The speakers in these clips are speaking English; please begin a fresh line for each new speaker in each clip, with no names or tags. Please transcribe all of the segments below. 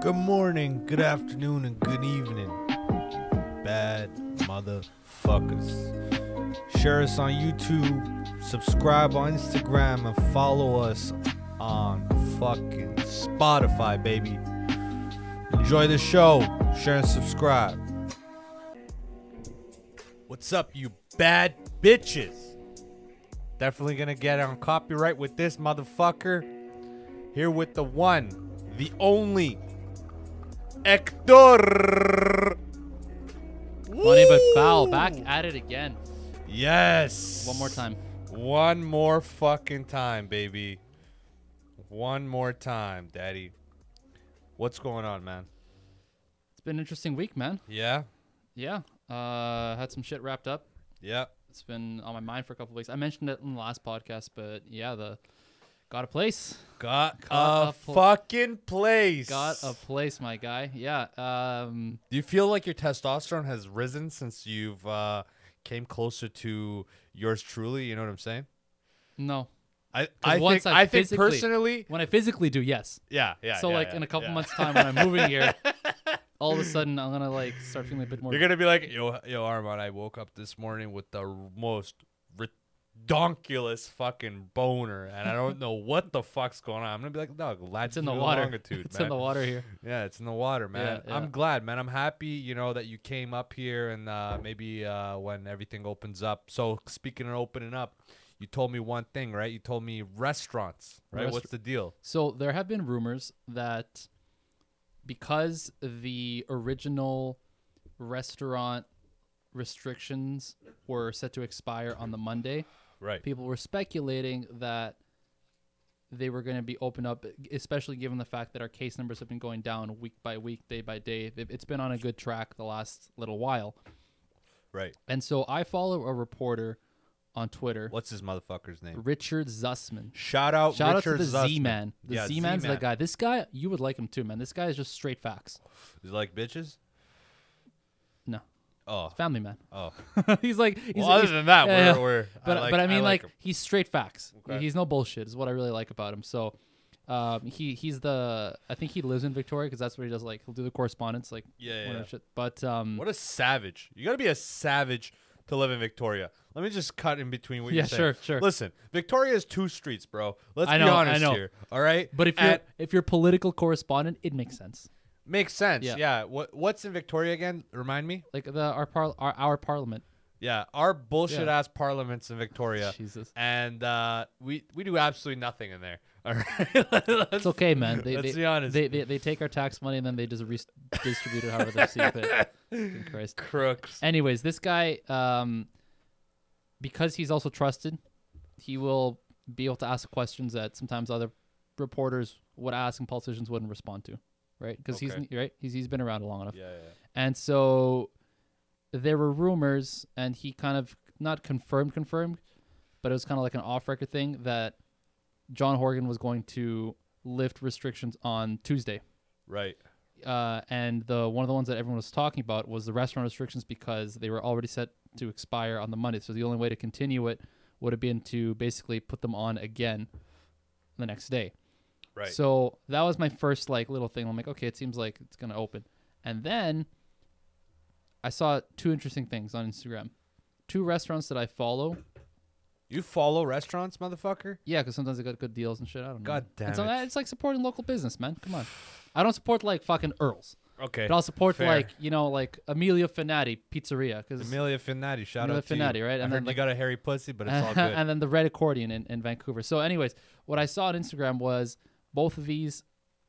Good morning, good afternoon, and good evening, you bad motherfuckers. Share us on YouTube, subscribe on Instagram, and follow us on fucking Spotify, baby. Enjoy the show. Share and subscribe. What's up, you bad bitches? Definitely gonna get on copyright with this motherfucker here with the one, the only, Hector.
Funny but foul. Back at it again.
Yes.
One more time.
One more fucking time, baby. One more time, daddy. What's going on, man?
It's been an interesting week, man.
Yeah.
Yeah. Uh, had some shit wrapped up.
Yeah.
It's been on my mind for a couple weeks. I mentioned it in the last podcast, but yeah, the got a place.
Got,
Got
a,
a pl-
fucking place.
Got a place, my guy. Yeah. Um,
Do you feel like your testosterone has risen since you've uh came closer to yours truly, you know what I'm saying?
no.
I I
once
think
I
I, think
physically-
personally,
When I physically do, yes.
yeah, yeah.
so
yeah,
like
yeah,
in a couple
yeah.
months time when I'm moving here, all of a sudden I'm gonna like start feeling a bit more.
You're gonna be like, yo, yo, Armand. I woke up this morning with the most redonkulous fucking boner, and I don't know what the fuck's going on. I'm gonna be like, dog,
it's in the water.
Longitude,
it's
man.
in the water here.
Yeah, it's in the water, man.
Yeah,
I'm
yeah.
glad, man. I'm happy, you know, that you came up here, and uh, maybe uh, when everything opens up. So speaking of opening up, you told me one thing, right? You told me restaurants, right?
Restaur-
What's the deal?
So there have been rumors that because the original restaurant restrictions were set to expire on the Monday,
Right.
people were speculating that they were going to be opened up, especially given the fact that our case numbers have been going down week by week, day by day. It- It's been on a good track the last little while.
Right.
And so I follow a reporter on Twitter,
What's his motherfucker's name?
Richard Zussman.
Shout out,
Shout out to
Richard
the
Zussman.
Z Man. The
Yeah,
Z Man's the
Z-Man.
guy. This guy, you would like him too, man. This guy is just straight facts.
Is it like bitches?
No,
Oh,
family man.
oh.
he's like, he's,
well, other
he's-
than that,
yeah,
we're,
yeah.
we're
but
I like,
but I mean like,
him.
he's straight facts.
Okay.
He's no bullshit. Is what I really like about him. So, um, he he's the I think he lives in Victoria because that's what he does. Like he'll do the correspondence, like
Yeah, yeah,
one of
yeah.
the shit. But um,
what a savage! You gotta be a savage to live in Victoria. Let me just cut in between what
Yeah,
you're saying.
sure, sure.
Listen, Victoria is two streets, bro. Let's
I
be
know, I
honest
know.
here. All right,
but if you're
At-
if you're political correspondent, it makes sense.
makes sense, yeah.
Yeah.
What what's in Victoria again? Remind me.
Like the our par- our, our parliament.
Yeah, our bullshit ass parliaments in Victoria,
Jesus.
and uh, we we do absolutely nothing in there. All right, Let's-
It's okay, man. They,
Let's
they,
be honest.
They, they, they take our tax money and then they just redistribute it however they see fit. Fucking Christ.
crooks.
Anyways, this guy, um, because he's also trusted, he will be able to ask questions that sometimes other reporters would ask and politicians wouldn't respond to, right? Because he's
Okay.
right. He's he's been around long enough.
Yeah, yeah.
And so there were rumors, and he kind of not confirmed, confirmed, but it was kind of like an off record thing that John Horgan was going to lift restrictions on Tuesday.
Right.
Uh, and the one of the ones that everyone was talking about was the restaurant restrictions because they were already set to expire on the Monday. So the only way to continue it would have been to basically put them on again the next day.
Right.
So that was my first like little thing. I'm like, okay, it seems like it's gonna open. And then I saw two interesting things on Instagram. Two restaurants that I follow.
you follow restaurants, motherfucker.
Yeah, because sometimes they got good deals and shit. I don't know.
God damn
it's,
it.
It's like supporting local business, man. Come on. I don't support like fucking Earls,
Okay.
but I'll support
fair.
like you know like Emilio Finati Pizzeria because
Amelia Finati, shout
Amelia
out to you.
Finati, right?
I
And
heard
then,
you
like-
got a hairy pussy, but it's all good.
and then the red accordion in, in Vancouver. So, anyways, what I saw on Instagram was both of these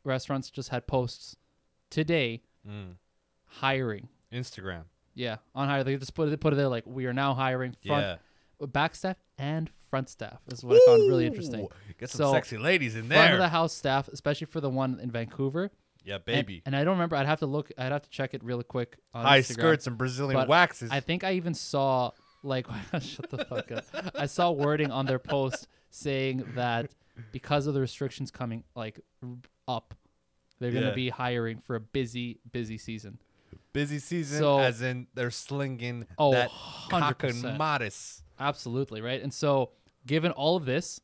restaurants just had posts today hiring.
Mm. Instagram.
Yeah, on hire. They just put it, they put it there like we are now hiring front, back staff and front staff is what I found really interesting.
Ooh, Get some
So,
sexy ladies in
Front
there.
of the house staff, especially for the one in Vancouver.
yeah,
And-
baby.
And, I don't remember. I'd have to look. I'd have to check it really quick. On
High
Instagram.
skirts and Brazilian
But
waxes.
I think I even saw like shut the fuck up. I saw wording on their post saying that because of the restrictions coming like r- up, they're
Yeah.
gonna be hiring for a busy, busy season.
Busy season,
So-
as in they're slinging
Oh,
that
100%.
cock and modest.
Absolutely right. And so, given all of this,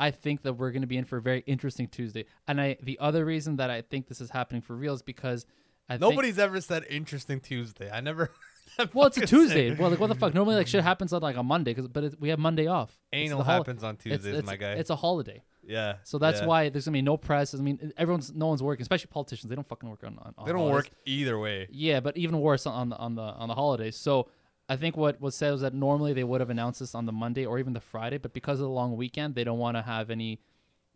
I think that we're going to be in for a very interesting Tuesday. And I the other reason that I think this is happening for real is because I
Nobody's ever said interesting Tuesday. I never.
Think, well, it's a
fucking
Tuesday.
said-
Well, like what the fuck? Normally, like shit happens on like a Monday, 'cause- but it, we have Monday off. It's
Anal
the hol-
happens on
it's-
Tuesdays,
it's-
my guy.
It's a holiday,
yeah.
so that's
yeah.
why there's gonna be no press. I mean, everyone's no one's working, especially politicians. They don't fucking work on. on on
they don't work
holidays.
either way.
Yeah, but even worse on the on the on the holidays. So I think what was said was that normally they would have announced this on the Monday or even the Friday, but because of the long weekend, they don't want to have any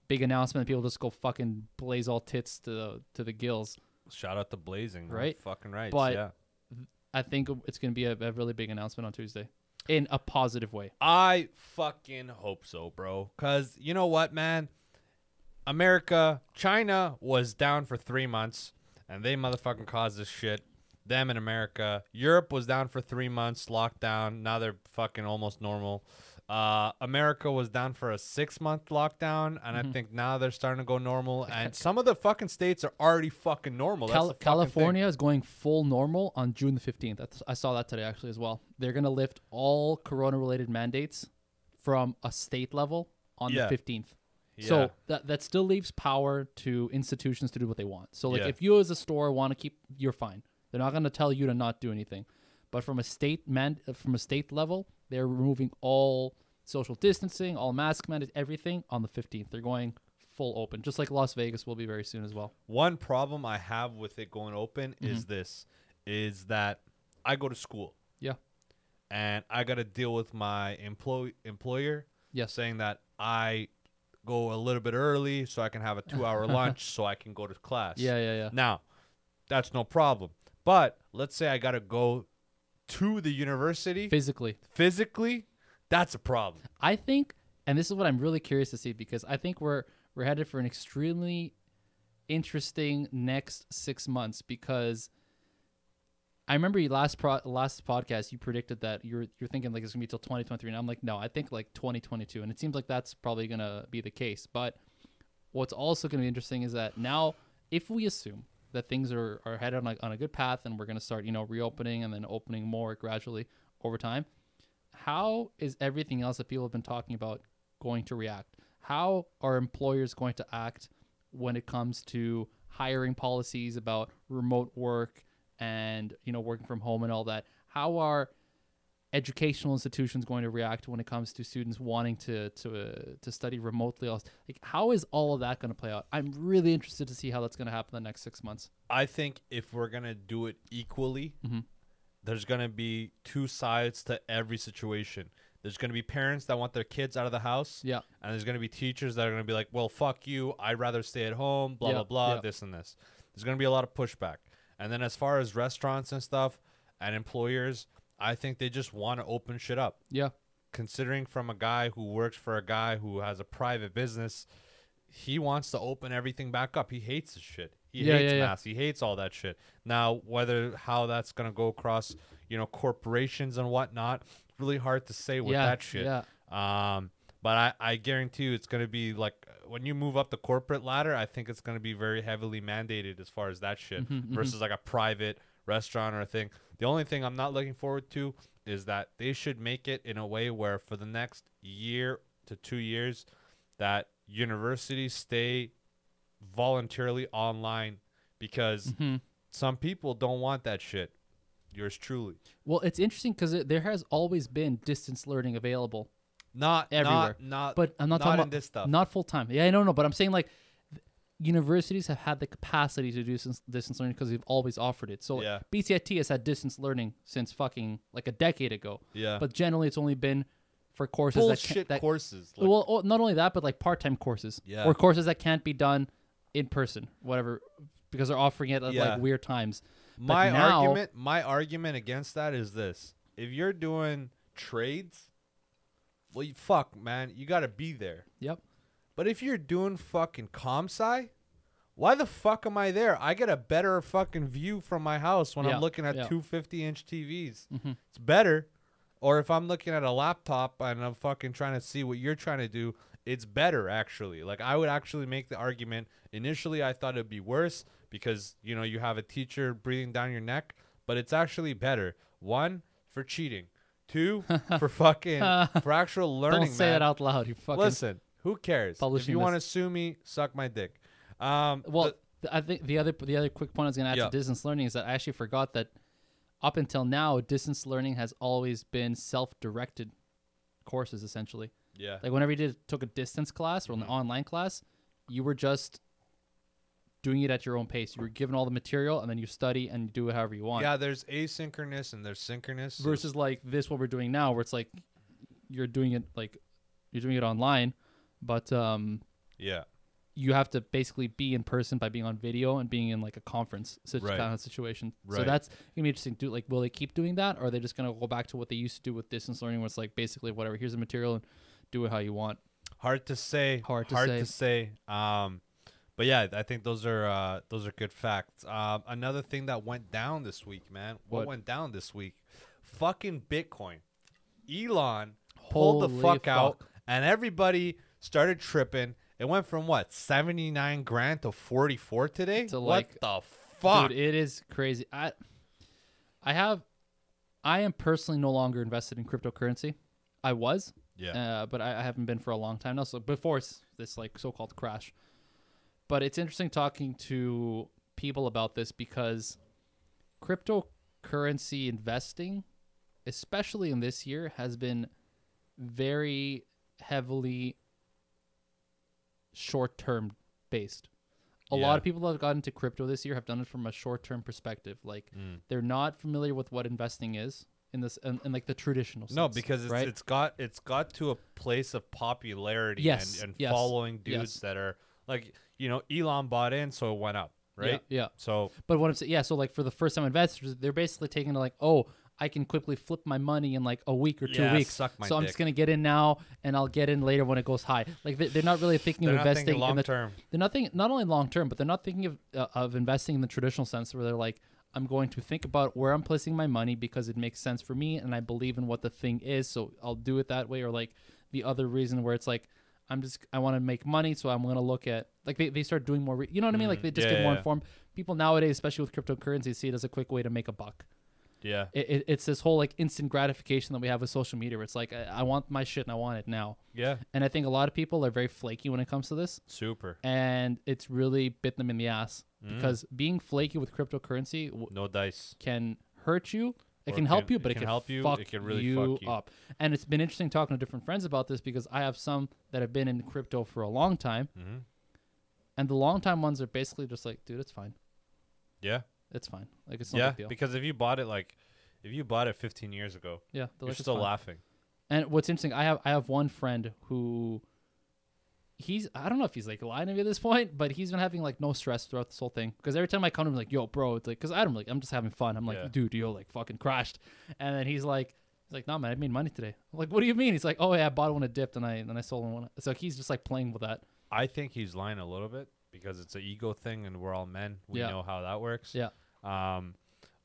big announcement. People just go fucking blaze all tits to the to the gills.
Shout out to Blazing. man.
Right?
Fucking right.
But-
yeah.
I think it's gonna be a, a really big announcement on Tuesday, in a positive way.
I fucking hope so, bro. Cause you know what, man? America, China was down for three months, and they motherfucking caused this shit. Them in America, Europe was down for three months, lockdown. Now they're fucking almost normal. Uh, America was down for a six month lockdown, and
Mm-hmm.
I think now they're starting to go normal. And some of the fucking states are already fucking normal. That's
Cal-
the fucking thing.
California is going full normal on June the 15th. That's, I saw that today actually as well. They're going to lift all corona related mandates from a state level on
Yeah.
the 15th.
Yeah.
So that, that still leaves power to institutions to do what they want. So like
Yeah.
if you as a store want to keep you're fine. They're not going to tell you to not do anything. But from a state man uh, from a state level, they're removing all social distancing, all mask mandates, everything on the 15th. They're going full open. Just like Las Vegas will be very soon as well.
One problem I have with it going open is this is that I go to school
Mm-hmm. Yeah.
and I got to deal with my employ- employer
Yes.
saying that I go a little bit early so I can have a 2-hour lunch so I can go to class.
Yeah, yeah, yeah.
Now, that's no problem. But let's say I got to go to the university
physically.
physically, that's a problem.
I think, and this is what I'm really curious to see because I think we're we're headed for an extremely interesting next six months because I remember you last pro- last podcast you predicted that you're you're thinking like it's gonna be till 2023 and I'm like no I think like 2022 and it seems like that's probably gonna be the case but what's also gonna be interesting is that now if we assume that things are, are headed on a, on a good path and we're gonna start you know reopening and then opening more gradually over time how is everything else that people have been talking about going to react? How are employers going to act when it comes to hiring policies about remote work and you know working from home and all that? How are educational institutions going to react when it comes to students wanting to to uh, to study remotely? Else, like how is all of that going to play out? I'm really interested to see how that's going to happen in the next six months.
I think if we're gonna do it equally,
Mhm.
there's gonna be two sides to every situation. There's gonna be parents that want their kids out of the house,
Yeah,
and there's gonna be teachers that are gonna be like, "Well, fuck you. I'd rather stay at home." Blah
Yeah,
blah blah.
yeah.
This and this. There's gonna be a lot of pushback. And then as far as restaurants and stuff and employers, I think they just want to open shit up
yeah,
considering from a guy who works for a guy who has a private business, he wants to open everything back up. He hates this shit. He
Yeah,
hates
yeah, yeah.
masks. He hates all that shit. Now, whether how that's gonna go across, you know, corporations and whatnot, really hard to say with
yeah,
that shit.
yeah.
Um, but I, I guarantee you, it's gonna be like when you move up the corporate ladder. I think it's gonna be very heavily mandated as far as that shit
Mm-hmm,
versus like a private restaurant or a thing. The only thing I'm not looking forward to is that they should make it in a way where for the next year to two years, that universities stay voluntarily online because
Mm-hmm.
some people don't want that shit. Yours truly.
Well, it's interesting because there has always been distance learning available
Not
Everywhere.
Not, not
But I'm not,
not
talking
in
about
this stuff.
Not full time. Yeah, I don't know, but I'm saying like th- universities have had the capacity to do since distance learning because they've always offered it. So
Yeah.
BCIT has had distance learning since fucking like a decade ago.
Yeah.
But generally, it's only been for courses that
bullshit
can't, that
courses. like-
well, oh, not only that, but like part time courses
Yeah.
or courses that can't be done in person, whatever, because they're offering it at
Yeah.
like weird times. But
my
now-
argument, my argument against that is this: if you're doing trades, well, you, fuck, man, you gotta be there.
Yep.
But if you're doing fucking comsci, why the fuck am I there? I get a better fucking view from my house when
Yeah,
I'm looking at
yeah. Mm-hmm.
two 50 inch TVs. It's better. Or if I'm looking at a laptop and I'm fucking trying to see what you're trying to do, it's better actually. Like I would actually make the argument. Initially, I thought it'd be worse because you know you have a teacher breathing down your neck, but it's actually better. One for cheating, two for fucking for actual learning.
Don't say
man.
that out loud. You fucking
Listen, Who cares? if
Publishing
you want to
this-
sue me, suck my dick. Um,
Well,
th-
th- I think the other the other quick point I was going to add
Yeah.
to distance learning is that I actually forgot that up until now, distance learning has always been self-directed courses essentially.
yeah,
Like whenever you did took a distance class or an
Mm-hmm.
online class, you were just doing it at your own pace. You were given all the material and then you study and you do it however you want.
yeah. There's asynchronous and there's synchronous. so-
versus like this what we're doing now where it's like you're doing it like you're doing it online but um
yeah,
you have to basically be in person by being on video and being in like a conference sit-
Right.
kind of situation so
Right.
that's gonna be interesting do like will they keep doing that or are they just gonna go back to what they used to do with distance learning where it's like basically whatever here's the material and do it how you want
hard to say.
Hard to say.
say. Um, but yeah, I think those are uh, those are good facts. Um, another thing that went down this week, man. What,
What?
went down this week? Fucking Bitcoin. Elon pulled the
Holy
fuck, out,
fuck.
and everybody started tripping. It went from what seventy nine grand to forty four today.
To,
what
like-
the fuck?
Dude, it is crazy. I I have I am personally no longer invested in cryptocurrency. I was.
Yeah.
Uh, but I, I haven't been for a long time now. So before s- this like so-called crash. But it's interesting talking to people about this because cryptocurrency investing, especially in this year, has been very heavily short-term based a
Yeah.
lot of people that have gotten into crypto this year have done it from a short-term perspective like
Hmm.
they're not familiar with what investing is in this and, like the traditional sense,
No, because it's,
right?
it's got it's got to a place of popularity
Yes,
and, and
yes,
following dudes
yes.
that are like you know Elon bought in, so it went up, right?
yeah.
So
but what i'm saying yeah so like for the first time investors they're basically taking it like oh i can quickly flip my money in like a week or two
Yeah,
weeks
suck my
so i'm just
dick.
gonna get in now and i'll get in later when it goes high like they- they're not really thinking
They're
of
not thinking
investing in the
long-term.
they're not thinking not only long term but they're not thinking of, uh, of investing in the traditional sense where they're like i'm going to think about where i'm placing my money because it makes sense for me and i believe in what the thing is so i'll do it that way or like the other reason where it's like i'm just i want to make money so i'm going to look at like they, they start doing more re- you know what i mean like they just
Mm, yeah,
get more
yeah.
informed people nowadays especially with cryptocurrency see it as a quick way to make a buck
yeah,
it, it, it's this whole like instant gratification that we have with social media where it's like I, I want my shit and i want it now
yeah,
and i think a lot of people are very flaky when it comes to this
super,
and it's really bit them in the ass
Mm.
because being flaky with cryptocurrency w-
no dice.
can hurt you. It
Or
can
it
help
can-
you, but it can, help you. Fuck
it can really
you
fuck you.
up. And it's been interesting talking to different friends about this because I have some that have been in crypto for a long time,
Mm-hmm.
and the long time ones are basically just like, dude, it's fine,
Yeah,
it's fine, like it's no
yeah.
big deal.
Because if you bought it like if you bought it 15 years ago,
yeah, they're
you're
like, "It's
still
fine."
laughing.
And what's interesting, I have I have one friend who he's I don't know if he's like lying to me at this point, but he's been having like no stress throughout this whole thing. Because every time I come to him, like, yo, bro, it's like, because I don't like, I'm just having fun. I'm like,
Yeah.
dude, yo, like, fucking crashed. And then he's like, he's like, nah, man, I made money today. I'm like, what do you mean? He's like, oh yeah, I bought it when it dipped, and I and I sold it when. It. So he's just like playing with that.
I think he's lying a little bit because it's an ego thing, and we're all men. We
Yeah.
know how that works.
Yeah,
Um,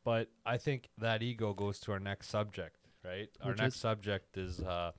but I think that ego goes to our next subject, right? Our
Which
next
is?
subject is uh,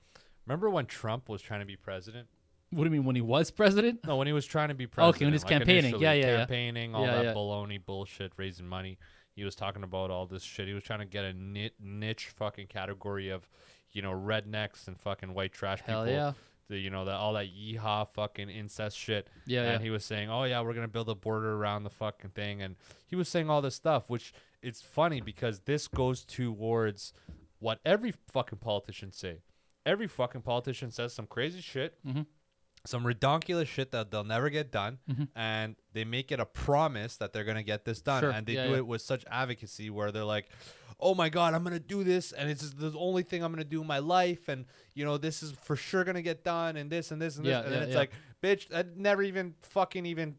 remember when Trump was trying to be president?
what do you mean when he was president?
No, when he was trying to be president.
Okay, Oh, when he's
like,
campaigning.
initially,
Yeah, yeah, yeah.
Campaigning, all
Yeah,
that
yeah.
baloney bullshit, raising money. He was talking about all this shit. He was trying to get a ni- niche fucking category of, you know, rednecks and fucking white trash
Hell
people.
yeah.
The, you know, that all that yeehaw fucking incest shit.
Yeah,
And
yeah.
he was saying, oh, yeah, we're going to build a border around the fucking thing. And he was saying all this stuff, which it's funny because this goes towards what every fucking politician say. Every fucking politician says some crazy shit
Mm-hmm.
some redonkulous shit that they'll never get done
Mm-hmm.
and they make it a promise that they're gonna get this done
Sure,
and they
yeah,
do
yeah.
it with such advocacy where they're like oh my god i'm gonna do this and it's the only thing i'm gonna do in my life and you know this is for sure gonna get done and this and this and
Yeah,
this and
yeah,
then it's
yeah.
like bitch that never even fucking even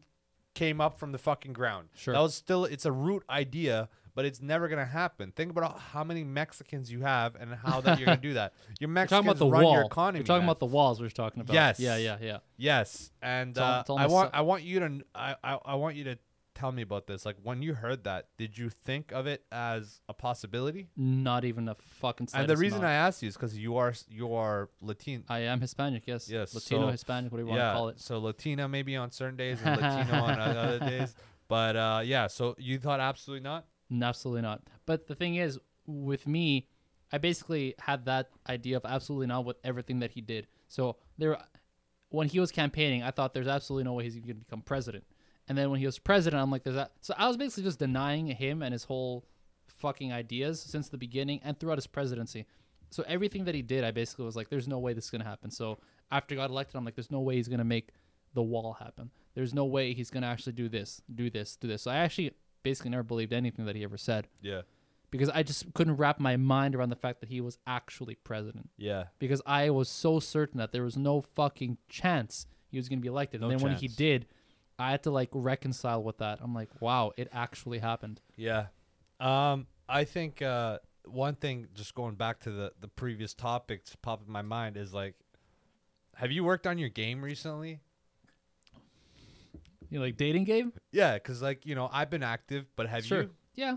came up from the fucking ground
Sure.
that was still it's a root idea but it's never gonna happen. Think about how many Mexicans you have and how that you're gonna do that. Your
We're
Mexicans
talking about the
run
wall.
your economy.
we're talking
man.
about the walls. We're talking about.
Yes.
Yeah, yeah, yeah.
Yes, and
Tell-
uh,
tell
I
my
want
so-
I want you to I, I I want you to tell me about this. Like when you heard that, did you think of it as a possibility?
Not even a fucking.
and the reason I asked you is because you are s- you are Latin.
I am Hispanic, yes.
Yes,
Latino,
so-
Hispanic, whatever you want
yeah,
to call it.
so Latina maybe on certain days and Latino on other days. But uh, yeah, so you thought absolutely not.
N- Absolutely not. But the thing is, with me, I basically had that idea of absolutely not with everything that he did. So there, when he was campaigning, I thought there's absolutely no way he's going to become president. And then when he was president, I'm like, there's that. So I was basically just denying him and his whole fucking ideas since the beginning and throughout his presidency. So everything that he did, I basically was like, there's no way this is going to happen. So after he got elected, I'm like, there's no way he's going to make the wall happen. There's no way he's going to actually do this, do this, do this. So I actually basically never believed anything that he ever said
Yeah.
because I just couldn't wrap my mind around the fact that he was actually president
Yeah.
because I was so certain that there was no fucking chance he was going to be elected.
No
and then when he
chance.
did, I had to like reconcile with that. I'm like, wow, it actually happened.
Yeah. Um, I think uh, one thing, just going back to the, the previous topic that's popped in my mind is like, have you worked on your game recently?
You know, like dating game?
Yeah, because like you know, I've been active, but have
sure.
you
Yeah.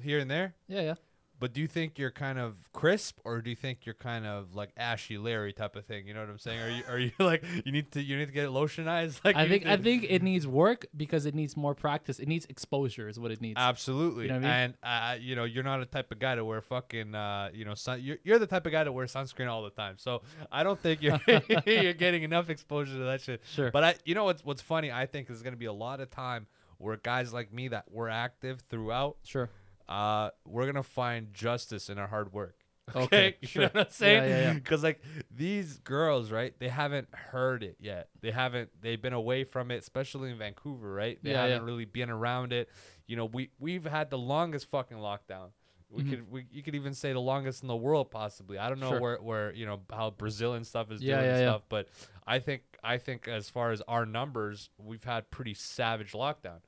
here and there?
Yeah, yeah.
But do you think you're kind of crisp, or do you think you're kind of like ashy Larry type of thing? You know what I'm saying? Are you are you like you need to you need to get it lotionized? Like
I
you
think
need
I
to-
think it needs work because it needs more practice. It needs exposure is what it
Uh,
needs.
absolutely.
You know what I
And uh, you know you're not a type of guy to wear fucking uh, you know sun. You're, you're the type of guy to wear sunscreen all the time. So I don't think you're you're getting enough exposure to that shit.
Sure.
But I you know what's what's funny? I think there's gonna be a lot of time where guys like me that were active throughout
sure.
uh, we're gonna find justice in our hard work.
Okay,
you
sure.
know what I'm saying?
Yeah, yeah, yeah.
Because like these girls, right? They haven't heard it yet. They haven't. They've been away from it, especially in Vancouver, right? They
Yeah, yeah.
haven't really been around it. You know, we we've had the longest fucking lockdown. We
Mhm.
could we, you could even say the longest in the world possibly. I don't know
Sure.
where where you know how Brazil and stuff is
Yeah,
doing and
yeah, yeah.
stuff, but I think I think as far as our numbers, we've had pretty savage lockdown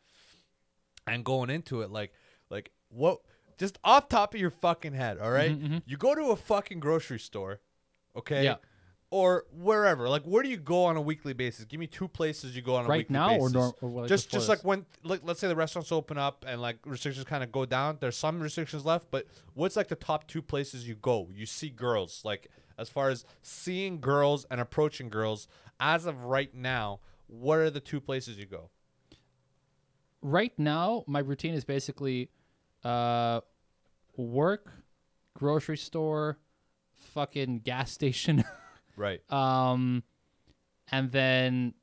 and going into it like like what just off top of your fucking head all right?
Mhm, mhm.
you go to a fucking grocery store okay
Yeah.
or wherever like where do you go on a weekly basis give me two places you go on a
Right
weekly
now or
basis.
norm- or like
just
before
just
this?
like when like let's say the restaurants open up and like restrictions kind of go down there's some restrictions left but what's like the top two places you go you see girls like as far as seeing girls and approaching girls as of right now what are the two places you go
Right now, my routine is basically uh work, grocery store, fucking gas station.
right
um and then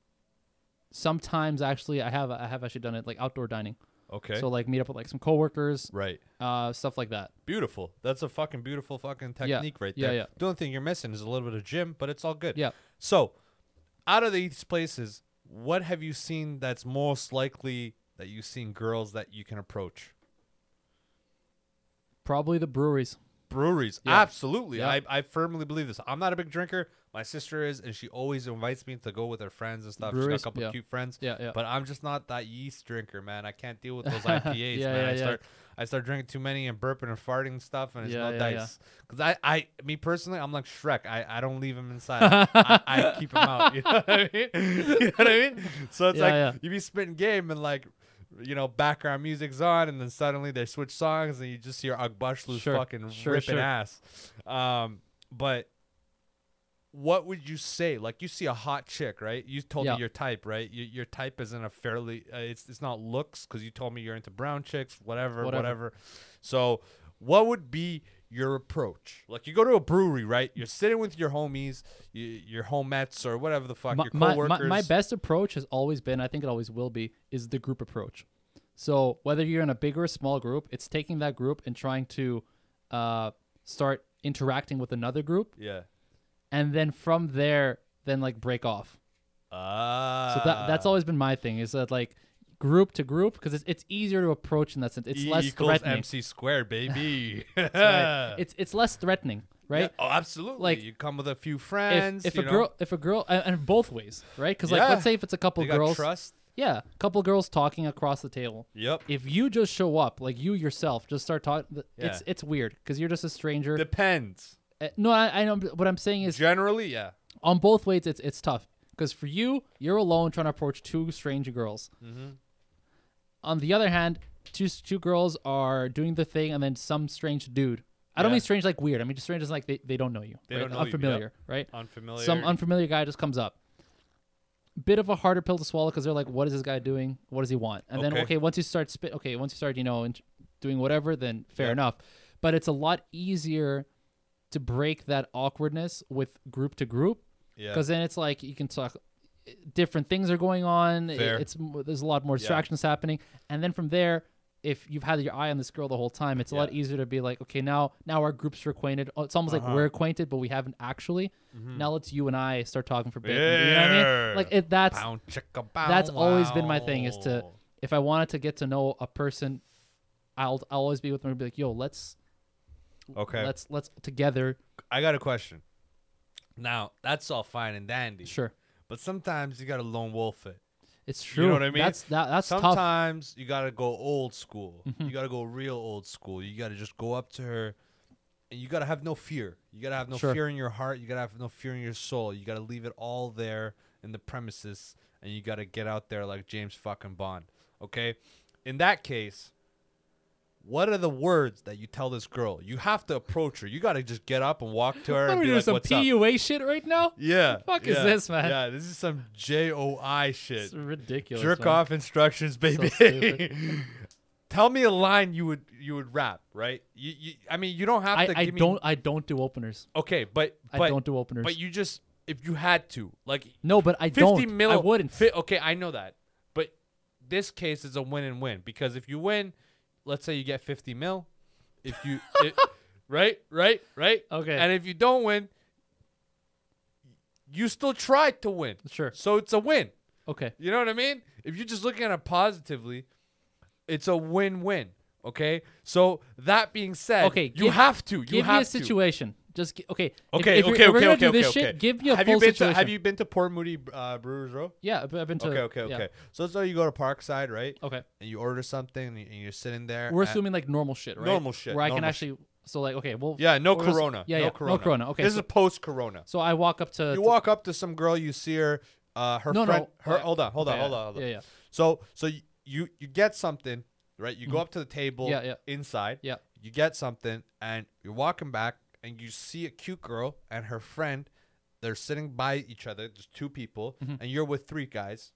sometimes actually i have i have actually done it like outdoor dining
okay
so like meet up with like some coworkers
right
uh stuff like that
Beautiful. That's a fucking beautiful fucking
Yeah.
technique right
Yeah,
there.
yeah.
The only thing you're missing is a little bit of gym, but it's all good.
Yeah.
So, out of these places, what have you seen that's most likely that you've seen girls that you can approach?
probably the breweries
Breweries.
Yeah.
Absolutely.
Yeah.
I, I firmly believe this. I'm not a big drinker. My sister is, and she always invites me to go with her friends and stuff. She's got
Breweries,
a couple
yeah.
cute friends.
yeah yeah
But I'm just not that yeast drinker, man. I can't deal with those IPAs,
Yeah,
man.
yeah,
I
yeah.
start I start drinking too many and burping and farting and stuff, and it's
Yeah,
no
yeah, yeah.
dice. Cause I, I, me personally, I'm like Shrek. I, I don't leave him inside. I, I keep him out. You know what I mean? You know what I mean? So it's
Yeah,
like
yeah.
you be spitting game and like. You know, background music's on, and then suddenly they switch songs, and you just hear Agbushlu's
Sure,
fucking
sure,
ripping
sure.
ass. Um, but what would you say? Like you see a hot chick, right? You told
Yeah.
me your type, right? Your, your type isn't a fairly. Uh, it's it's not looks because you told me you're into brown chicks, whatever, whatever,
Whatever.
So, what would be your approach? Like you go to a brewery, right? You're sitting with your homies, you, your homettes or whatever the fuck,
my,
your
my,
coworkers.
my, my best approach has always been i think it always will be is the group approach so whether you're in a big or a small group it's taking that group and trying to uh start interacting with another group
yeah.
and then from there then like break off
Ah.
So that, that's always been my thing is that like group to group because it's, it's easier to approach in that sense. It's
E
less
equals
threatening.
MC squared, baby.
right? It's it's less threatening,
Yeah,
right?
oh, absolutely.
Like,
you come with a few
If,
friends.
if
you
a
know,
girl if a girl and, and both ways, right? Because like
Yeah.
let's say if it's a couple
they got
girls,
trust.
yeah, couple girls talking across the table.
Yep.
If you just show up, like you yourself, just start talking. It's
Yeah.
it's weird because you're just a stranger.
Depends.
Uh, no, I, I know but what I'm saying is
Generally, yeah.
on both ways it's it's tough because for you you're alone trying to approach two strange girls
Mm-hmm.
on the other hand two two girls are doing the thing and then some strange dude i don't
Yeah.
mean strange like weird i mean just strange as like they, they don't know you
They
right?
don't know you, yep.
unfamiliar right
Unfamiliar.
some unfamiliar guy just comes up bit of a harder pill to swallow because they're like what is this guy doing what does he want and then
Okay.
okay once you start spit okay once you start you know int- doing whatever then fair
Yeah.
enough but it's a lot easier to break that awkwardness with group to group
yeah.
because then it's like you can talk different things are going on. It-
Fair.
It's m- there's a lot more
Yeah.
distractions happening, and then from there, if you've had your eye on this girl the whole time, it's a lot
Yeah.
easier to be like, okay, now now our groups are acquainted. Oh, It's almost
Uh-huh. Mm-hmm.
like we're acquainted, but we haven't actually. Now let's you and I start talking for a bit. You know what I
Yeah.
mean? Like it, that's
Bound chicka bound
that's always been my thing is to
wow.
if I wanted to get to know a person, I'll I'll always be with them and be like, yo, let's
Okay.
let's let's together.
I got a question. Now, that's all fine and dandy.
Sure,
But sometimes you got to lone wolf it.
it's true.
You know what I mean?
That's that, that's tough. Mm-hmm.
Sometimes you got to go old school. You got to go real old school. You got to just go up to her and you got to have no fear. You got to have no
Sure.
fear in your heart. You got to have no fear in your soul. You got to leave it all there in the premises and you got to get out there like James fucking Bond. Okay? In that case, what are the words that you tell this girl? You have to approach her. You got to just get up and walk to her
Are
and
we
be
doing
like,
some
"What's up?"
PUA shit right now?
Yeah.
fuck is
yeah,
this, man?
Yeah, this is some JOI
It's
shit.
ridiculous.
Jerk
man.
off instructions, baby.
stupid.
Tell me a line you would you would rap, right? You, you I mean, you don't have
I,
to
I
give
don't
me
I don't do openers.
Okay, but but
I don't do openers.
but you just if you had to, like
no, but I
50
don't.
mil
I wouldn't.
Fi- okay, I know that. But this case is a win and win because if you win, let's say you get 50 mil. If you it, right, right, right?
Okay.
And if you don't win, you still tried to win.
Sure.
So it's a win.
Okay.
You know what I mean? If you're just looking at it positively, it's a win-win. Okay. So that being said,
Okay,
you
give-
have to. You
give
have
me a
to.
situation. Just gi- okay. If-
Okay,
if, you're-
okay,
if we're
okay,
gonna
okay,
do this
okay,
shit,
okay.
give me a
have
full
you been
situation.
To, have you been to Port Moody uh, Brewers Row?
Yeah, I've I've been to.
Okay, okay,
yeah.
okay. So let's say you go to Parkside, right?
Okay.
And you order something, and you- and you're sitting there.
We're
and-
assuming like normal shit, right?
Normal shit,
Where I can
normal
actually. So like, okay, well.
Yeah, no
we're ass-
Corona.
Yeah,
no
yeah,
Corona.
No corona. Okay.
This
so,
is post Corona.
so I walk up to.
You
to-
walk up to some girl, you see her, uh, her
No,
friend.
no.
Her,
I-
hold on, hold on,
okay,
hold on, hold on.
Yeah, yeah.
So, so y- you you get something, right? You go up to the table
Mm-hmm. Yeah, yeah.
inside.
Yeah.
You get something, and you're walking back, and you see a cute girl and her friend. They're sitting by each other, just two people,
Mm-hmm.
and you're with three guys,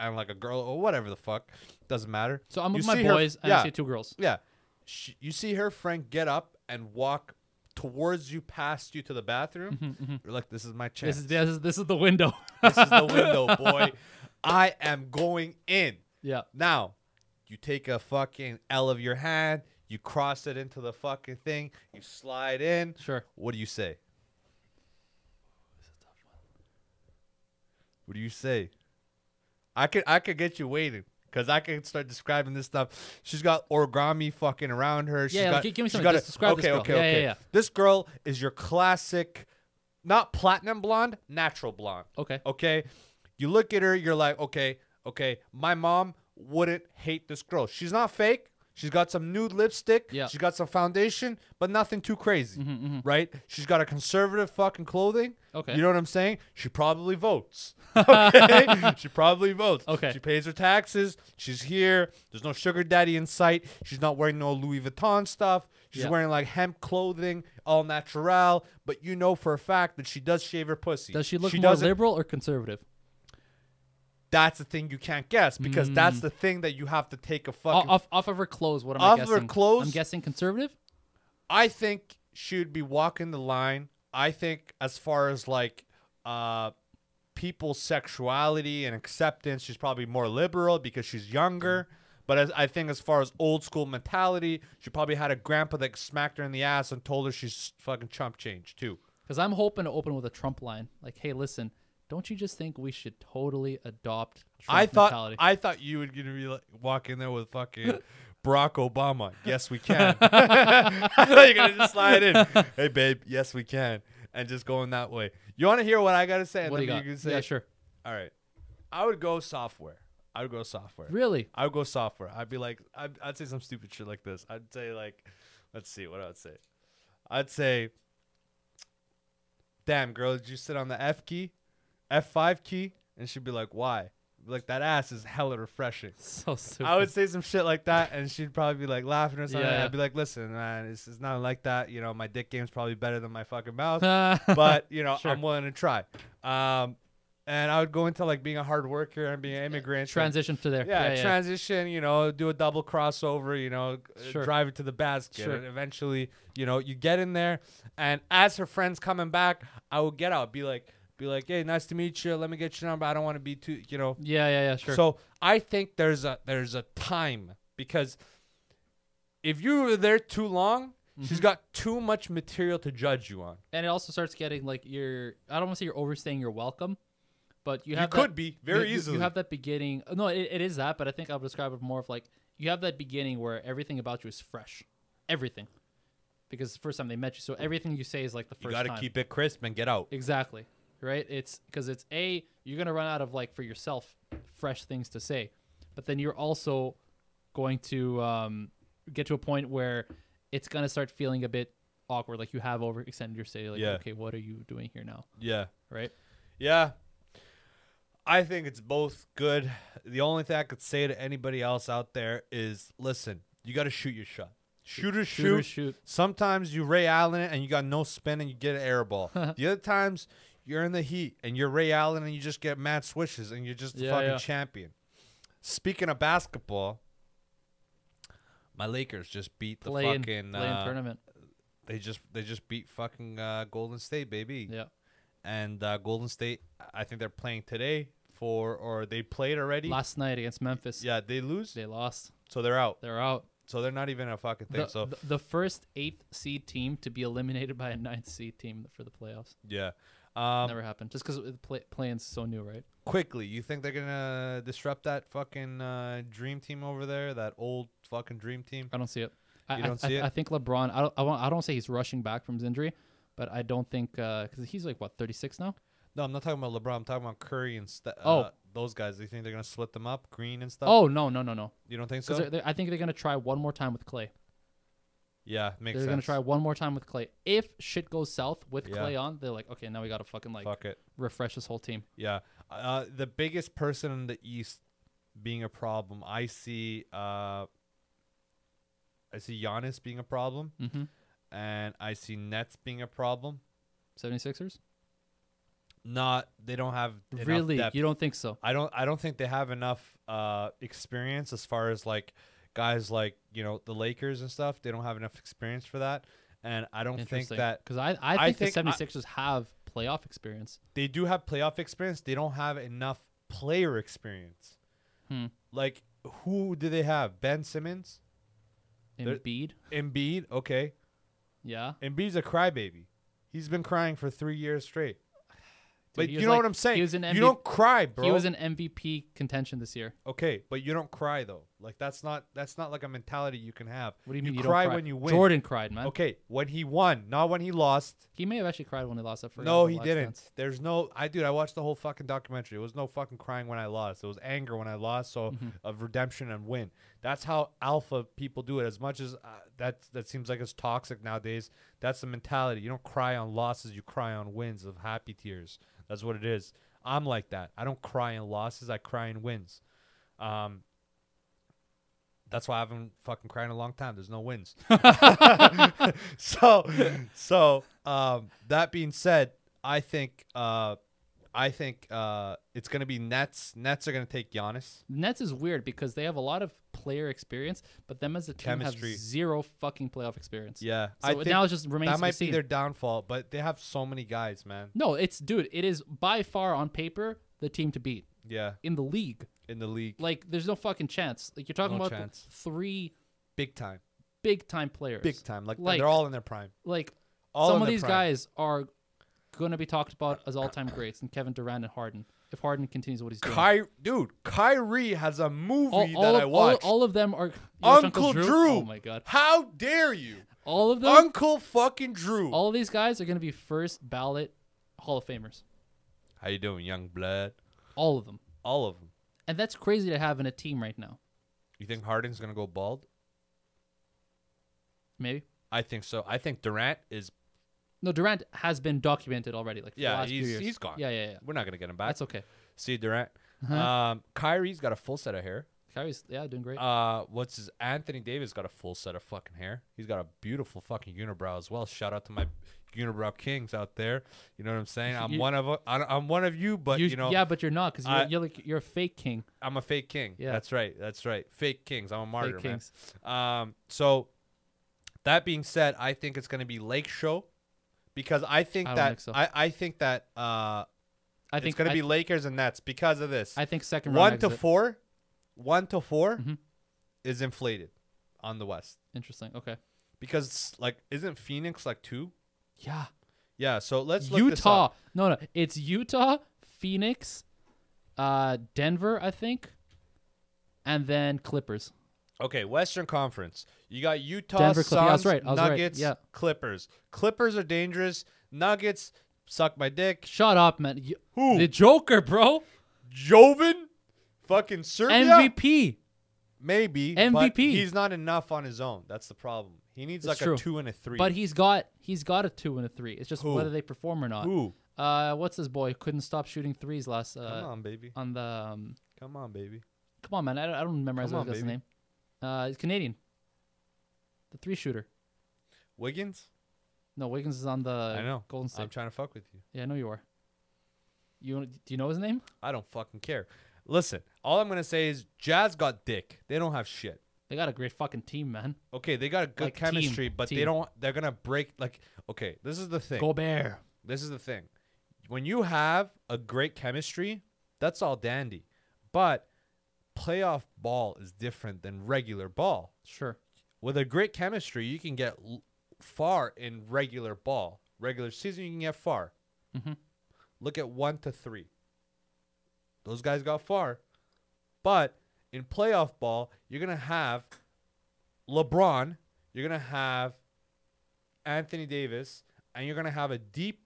and like a girl or whatever the fuck, doesn't matter.
So I'm with
You
my
see her-
boys and I see two girls.
yeah. Sh you see her friend get up and walk towards you, past you to the bathroom. You're like, this is my chance.
This is this is this is the window.
This is the window, boy. I am going in.
yeah.
Now, you take a fucking L of your hand, you cross it into the fucking thing, you slide in.
Sure.
What do you say? What do you say? I could I could get you waiting because I could start describing this stuff. She's got origami fucking around her. She's
yeah,
got,
like, give me
she's
something.
got
Just
a-
describe this
okay,
girl.
okay,
Yeah, yeah,
okay.
yeah.
This girl is your classic, not platinum blonde, natural blonde.
Okay.
Okay. You look at her, you're like, okay, okay, my mom wouldn't hate this girl. She's not fake. She's got some nude lipstick.
Yeah. Mm-hmm,
She's got some foundation, but nothing too crazy. Right? She's got a conservative fucking clothing.
Okay.
You know what I'm saying? She probably votes. Okay. she probably votes.
Okay.
She pays her taxes. She's here. There's no sugar daddy in sight. She's not wearing no Louis Vuitton stuff. She's
Yeah.
wearing like hemp clothing, all natural. But you know for a fact that she does shave her pussy.
Does she look more
doesn't-
liberal or conservative?
that's the thing you can't guess because that's the thing that you have to take a
O-
fucking.
Off off of her clothes. What am
Off
I
of
guessing?
her clothes?
I'm guessing conservative.
I think she would be walking the line. I think as far as like uh, people's sexuality and acceptance, she's probably more liberal because she's younger. But as, I think as far as old school mentality, she probably had a grandpa that smacked her in the ass and told her she's fucking chump change too.
Because I'm hoping to open with a Trump line, like, "Hey, listen, don't you just think we should totally adopt Trump
I thought
mentality?"
I thought you were gonna be like, walk in there with fucking Barack Obama. Yes, we can. You're gonna just slide in. Hey, babe. Yes, we can, and just going that way. You want to hear what I gotta say? And
what do you
then
got?
can say,
yeah, sure.
All right. I would go software. I would go software.
Really?
I would go software. I'd be like, I'd, I'd say some stupid shit like this. I'd say like, let's see what I would say. I'd say, damn girl, did you sit on the F key, F five key? And she'd be like, why? I'd be Like that ass is hella refreshing.
So stupid.
I would say some shit like that, and she'd probably be like laughing or something.
Yeah.
I'd be like, listen, man, it's, it's not like that. You know, my dick game's probably better than my fucking mouth but you know
Sure.
I'm willing to try. Um, and I would go into like being a hard worker and being an immigrant. and-
transition to there.
yeah,
yeah,
transition. You know, do a double crossover. You know, g-
Sure.
drive it to the basket.
Sure.
And eventually, you know, you get in there, and as her friends coming back, I would get out, be like, be be like, "Hey, nice to meet you. Let me get your number. I don't want to be too, you know."
Yeah, yeah, yeah, sure.
So I think there's a there's a time because if you were there too long, she's
Mm-hmm.
got too much material to judge you on.
and it also starts getting like your I don't want to say you're overstaying your welcome, but you
You,
have that-
could be very
you- you-
easily.
You have that beginning. Oh, No, it, it is that, but I think I would describe it more of like you have that beginning where everything about you is fresh, everything, because it's the first time they met you. So everything you say is like the first.
you got to
time.
keep it crisp and get out.
Exactly. Right? It's because it's A, you're going to run out of like for yourself fresh things to say. But then you're also going to um, get to a point where it's going to start feeling a bit awkward. Like you have overextended your stay. Like,
Yeah.
okay, what are you doing here now?
Yeah.
Right?
Yeah. I think it's both good. The only thing I could say to anybody else out there is listen, you got to shoot your shot. Shoot or shoot.
Shoot or shoot.
Sometimes you Ray Allen it and you got no spin and you get an air ball. the other times you're in the heat and you're Ray Allen and you just get mad swishes and you're just the
Yeah,
fucking
yeah.
champion. Speaking of basketball, my Lakers just beat the
Play in,
fucking.
play in
uh,
tournament.
they just they just beat fucking uh, Golden State, baby
Yeah.
and uh, Golden State. I think they're playing today for, or they played already.
Last night against Memphis,
yeah, they lose,
they lost.
so they're out.
They're out.
So they're not even a fucking thing.
The,
so
the, the first eighth seed team to be eliminated by a ninth seed team for the playoffs.
yeah. Um,
Never happened. Just because play, playing's so new, right?
quickly, you think they're gonna disrupt that fucking uh, dream team over there? That old fucking dream team.
I don't see it. I,
You
I-
don't
I,
see it?
I think LeBron. I don't. I, won't- I don't say he's rushing back from his injury, but I don't think because he's like what 36 now.
No, I'm not talking about LeBron. I'm talking about Curry and st-
Oh.
uh, those guys. Do you think they're gonna split them up, Green and stuff?
Oh no no no no.
you don't think so?
Because I think they're gonna try one more time with Clay.
yeah, makes
they're
sense.
gonna try one more time with Clay. If shit goes south with
Yeah.
Clay on, they're like, okay, now we gotta fucking like
Fuck it.
refresh this whole team.
Yeah. Uh, the biggest person in the East being a problem, I see. Uh, I see Giannis being a problem,
Mm-hmm.
and I see Nets being a problem.
76ers.
Not they don't have enough
Really?
depth.
You don't think so?
I don't. I don't think they have enough uh, experience as far as like guys like you know the Lakers and stuff. They don't have enough experience for that, and I don't think
Interesting.
that
Because I, I
I
think
think I-
the 76ers have playoff experience.
they do have playoff experience. They don't have enough player experience.
Hmm.
Like who do they have? Ben Simmons. They're-
Embiid.
Embiid, okay.
Yeah.
Embiid's a crybaby. He's been crying for three years straight. but
he
you
was
know
like-
what I'm saying.
He was an MVP,
you don't cry, bro.
He was in MVP contention this year.
okay, but you don't cry though. Like that's not that's not like a mentality you can have.
What do you mean? don't
cry when you win.
Jordan cried, man.
Okay, when he won, not when he lost.
He may have actually cried when he lost that first.
no, he didn't. There's no. I dude, I watched the whole fucking documentary. It was no fucking crying when I lost. It was anger when I lost. So of redemption and win. That's how alpha people do it. As much as uh, that that seems like it's toxic nowadays. That's the mentality. You don't cry on losses. You cry on wins of happy tears. That's what it is. I'm like that. I don't cry in losses. I cry in wins. Um, that's why I haven't fucking cried in a long time. There's no wins. so, so um, that being said, I think uh, I think uh, it's gonna be Nets. Nets are gonna take Giannis.
Nets is weird because they have a lot of player experience, but them as a team
Chemistry.
have zero fucking playoff experience.
Yeah,
So
I
it
think
now it just remains
that
to
might
be
be
seen.
their downfall. But they have so many guys, man.
No, it's dude. It is by far on paper the team to beat
Yeah,
in the league.
in the league,
Like, there's no fucking chance. Like you're talking
No
about
chance.
three
big time,
big time players.
big time. Like,
Like-
they're all in their prime.
Like
All in
some of
their
these
prime.
guys are gonna be talked about as all time greats, and Kevin Durant and Harden. If Harden continues what he's doing.
Ky- dude, Kyrie has a movie
all, all
that
of,
I
all-
watched.
All, of them are you watch
Uncle, Drew.
Oh my god!
How dare you,
All of them,
Uncle fucking Drew?
all of these guys are going to be first ballot Hall of Famers.
How you doing, young blood?
All of them,
All of them.
and that's crazy to have in a team right now.
You think Harden's gonna go bald?
Maybe
I think so. I think Durant is.
no. Durant has been documented already. Like for the
Yeah,
last few
he's
years.
he's gone.
Yeah, yeah, yeah.
We're not gonna get him back.
That's Uh-huh. okay.
See Durant. Um, Kyrie's got a full set of hair.
Kyrie's yeah doing great.
Uh, what's his Anthony Davis got a full set of fucking hair. He's got a beautiful fucking unibrow as well. Shout out to my unibrow kings out there. You know what I'm saying? I'm
You-
one of a- I- I'm one of you, but you, know
yeah, but you're not because you're,
I-
you're like you're a fake king.
I'm a fake king.
Yeah.
that's right. That's right. Fake kings. I'm a martyr,
fake kings.
man. Um, so that being said, I think it's gonna be Lake Show because I think
I don't
that
think so.
I, I think that uh
I think
it's going to
I-
be Lakers and Nets because of this.
I think second round
one to
exit.
four, one to 4
Mhm.
is inflated on the West
Interesting. Okay.
because like isn't Phoenix like two?
Yeah.
Yeah. So let's look This
Utah.
up.
No, no, it's Utah, Phoenix, uh, Denver, I think, and then Clippers.
Okay, Western Conference. You got Utah,
Denver, Clippers. Yeah, I was
Suns,
right, I was right,
Nuggets,
yeah.
Clippers. Clippers are dangerous. Nuggets suck my dick.
Shut up, man. You-
Who?
The Joker, bro.
Joven, fucking Serbia.
MVP.
Maybe But
MVP.
he's not enough on his own. That's the problem. He needs
It's
like
true.
a two and a three.
But he's got he's got a two and a three. It's just
Who?
whether they perform or not.
Ooh,
Uh, what's this boy? Couldn't stop shooting threes last
come
uh,
on, baby.
on the. Um,
Come on, baby.
come on, man. I don't, I don't memorize
Come
that
on,
guy's
baby.
name. Uh, he's Canadian. The three shooter.
Wiggins.
No, Wiggins is on the
I know.
uh, Golden
I'm
State.
trying to fuck with you.
yeah, I know you are. You do you know his name?
I don't fucking care. Listen, all I'm gonna say is Jazz got dick. They don't have shit.
They got a great fucking team, man.
Okay, they got a good
Like, team,
chemistry, but they
team.
don't. They're gonna break. Like, okay, this is the thing.
Gobert.
This is the thing. When you have a great chemistry, that's all dandy. But playoff ball is different than regular ball.
Sure.
With a great chemistry, you can get l- far in regular ball. Regular season, you can get far.
Mhm.
Look at one to three. Those guys got far. But in playoff ball, you're going to have LeBron, you're going to have Anthony Davis, and you're going to have a deep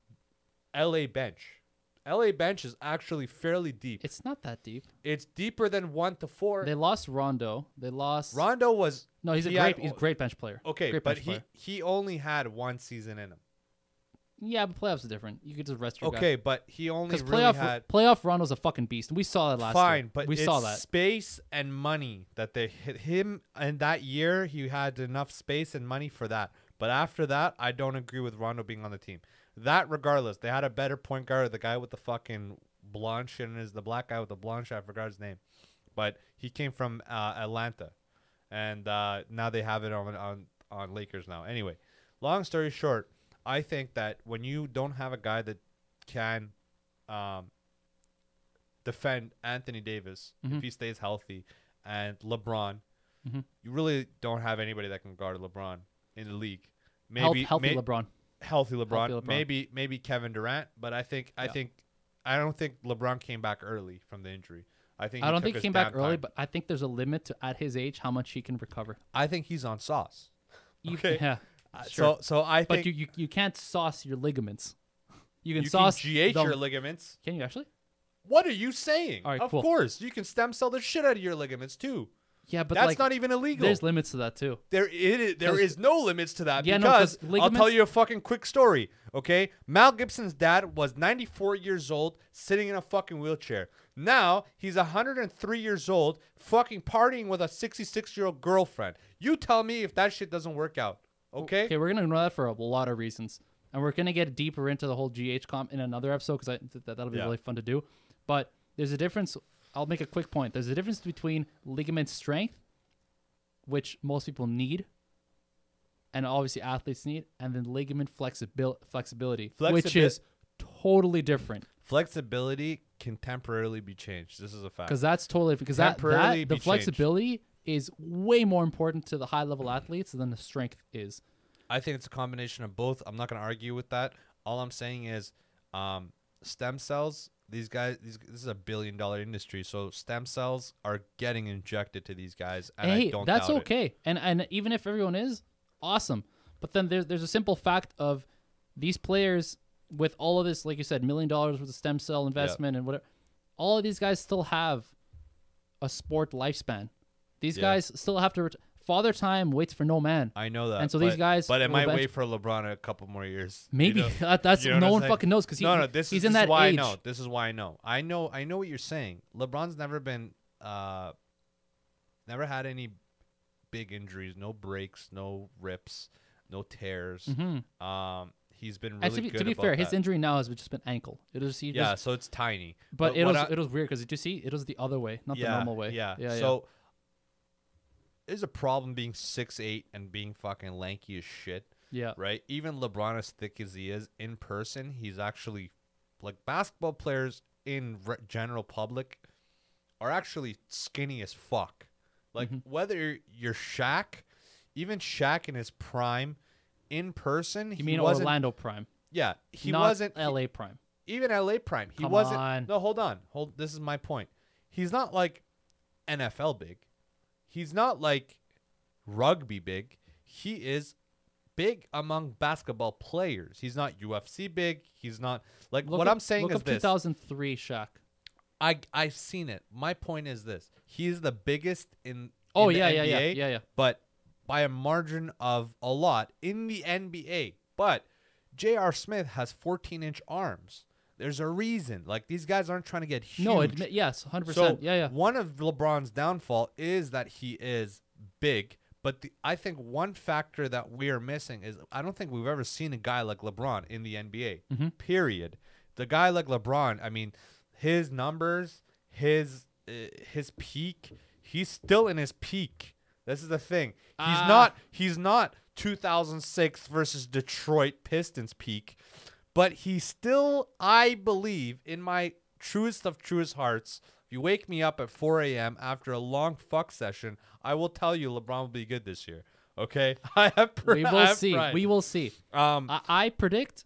LA bench. LA bench is actually fairly deep.
It's not that deep.
It's deeper than one to four.
They lost Rondo. They lost.
Rondo was
no, he's a
he
great.
had-
he's a great bench player.
Okay,
great
but
bench
he
player.
he only had one season in him.
Yeah, but playoffs are different. You could just rest your guy.
Okay, but he only
Because
really
playoff
had
playoff Rondo's a fucking beast. We saw that last year.
fine, but
we
it's
saw that.
space and money that they hit him and that year he had enough space and money for that. But after that, I don't agree with Rondo being on the team. That regardless, they had a better point guard, the guy with the fucking blonde shit and is the black guy with the blonde shit. I forgot his name, but he came from uh, Atlanta, and uh, now they have it on on on Lakers now. Anyway, long story short, I think that when you don't have a guy that can um, defend Anthony Davis
Mhm.
if he stays healthy and LeBron,
Mhm.
you really don't have anybody that can guard LeBron in the league.
Health-
Maybe
healthy
may-
LeBron.
healthy LeBron,
LeBron.
maybe maybe Kevin Durant, but I think I
Yeah.
think I don't think LeBron came back early from the injury. I think
I
he
don't
took
think he
his
came back
damn
early,
time.
but I think there's a limit to at his age how much he can recover.
I think he's on sauce.
You-
Okay.
Yeah.
Uh,
Sure.
So so I
but
think
you, you you can't sauce your ligaments. You
you
can
can
sauce
GH
them-
your ligaments.
Can you actually?
What are you saying?
All right,
of
cool.
course, you can stem cell the shit out of your ligaments too.
Yeah, but
That's
like
not even illegal.
there's limits to that too.
There it is, there
'Cause-
is no limits to that
Yeah, no,
because
'cause
I'll tell
ligaments-
you a fucking quick story, okay? Mal Gibson's dad was 94 years old sitting in a fucking wheelchair. Now he's 103 years old fucking partying with a 66-year-old girlfriend. You tell me if that shit doesn't work out, okay?
Okay, we're gonna ignore that for a lot of reasons, and we're gonna get deeper into the whole GH comp in another episode because th- that, that'll be
Yeah.
really fun to do. But there's a difference. I'll make a quick point. There's a difference between ligament strength, which most people need, and obviously athletes need, and then ligament flexibil- flexibility, which
Flexibi-
is totally different
Flexibility can temporarily be changed. This is a fact.
because that's totally because that,
Temporarily
that the
be changed.
flexibility is way more important to the high level athletes than the strength is.
I think it's a combination of both. I'm not going to argue with that. All I'm saying is, um, stem cells. These guys. These, this is a billion dollar industry, so stem cells are getting injected to these guys, and
hey,
I don't.
that's
doubt it.
okay. And and even if everyone is, awesome. But then there's there's a simple fact of these players with all of this, like you said, million dollars worth of stem cell investment and whatever. All of these guys still have a sport lifespan. These
Yeah. Uh,
guys still have to. Ret- Father time waits for no man.
I know that.
And so these
but-
guys
But it
will
might
bench-
wait for LeBron a couple more years. you
Maybe
know?
That- that's
You know what
no
I'm
one
saying?
fucking knows because he,
no, no. This
he's
is,
in
this
that
is why
age.
I know. This is why I know. I know. I know what you're saying. LeBron's never been, uh, never had any big injuries. No breaks. No rips. No tears. Um, he's been really
and to be,
good.
Mm-hmm. to be
about
fair,
that.
his injury now has just been ankle. It was he
yeah,
just,
so it's tiny.
but, it
what
was
I-
it was weird because did you see it was the other way, not
yeah,
the normal way.
Yeah,
yeah.
So there's a problem being six eight and being fucking lanky as shit,
yeah.
right? Even LeBron, as thick as he is, in person, he's actually like basketball players in re- general public are actually skinny as fuck. Like
Mhm.
whether you're Shaq, even Shaq in his prime, in person
You
he
mean
wasn't.
Orlando Prime?
Yeah, he
not
wasn't. he-
LA Prime.
even LA Prime. He
Come
wasn't.
on.
No, hold on. Hold. This is my point. He's not like NFL big. He's not like rugby big. He is big among basketball players. He's not UFC big. He's not like
Look
what
up-
I'm saying
look
is
up
this.
2003 Shaq.
I I've seen it. My point is this. He is the biggest in.
Oh
in the
yeah, yeah, yeah,
NBA,
yeah, yeah.
But by a margin of a lot in the NBA. But J.R. Smith has 14 inch arms. There's a reason. Like these guys aren't trying to get huge.
No, admit yes, 100.
so
percent Yeah, yeah.
One of LeBron's downfall is that he is big. But the, I think one factor that we are missing is I don't think we've ever seen a guy like LeBron in the NBA.
Mhm.
Period. The guy like LeBron, I mean, his numbers, his uh, his peak, he's still in his peak. This is the thing. He's
Ah.
not he's not 2006 versus Detroit Pistons peak, but he still I believe in my truest of truest hearts. If you wake me up at 4 a.m. after a long fuck session, I will tell you LeBron will be good this year. Okay, I have. Pr-
We
I
will
have
see.
pride.
We will see.
um
I, I predict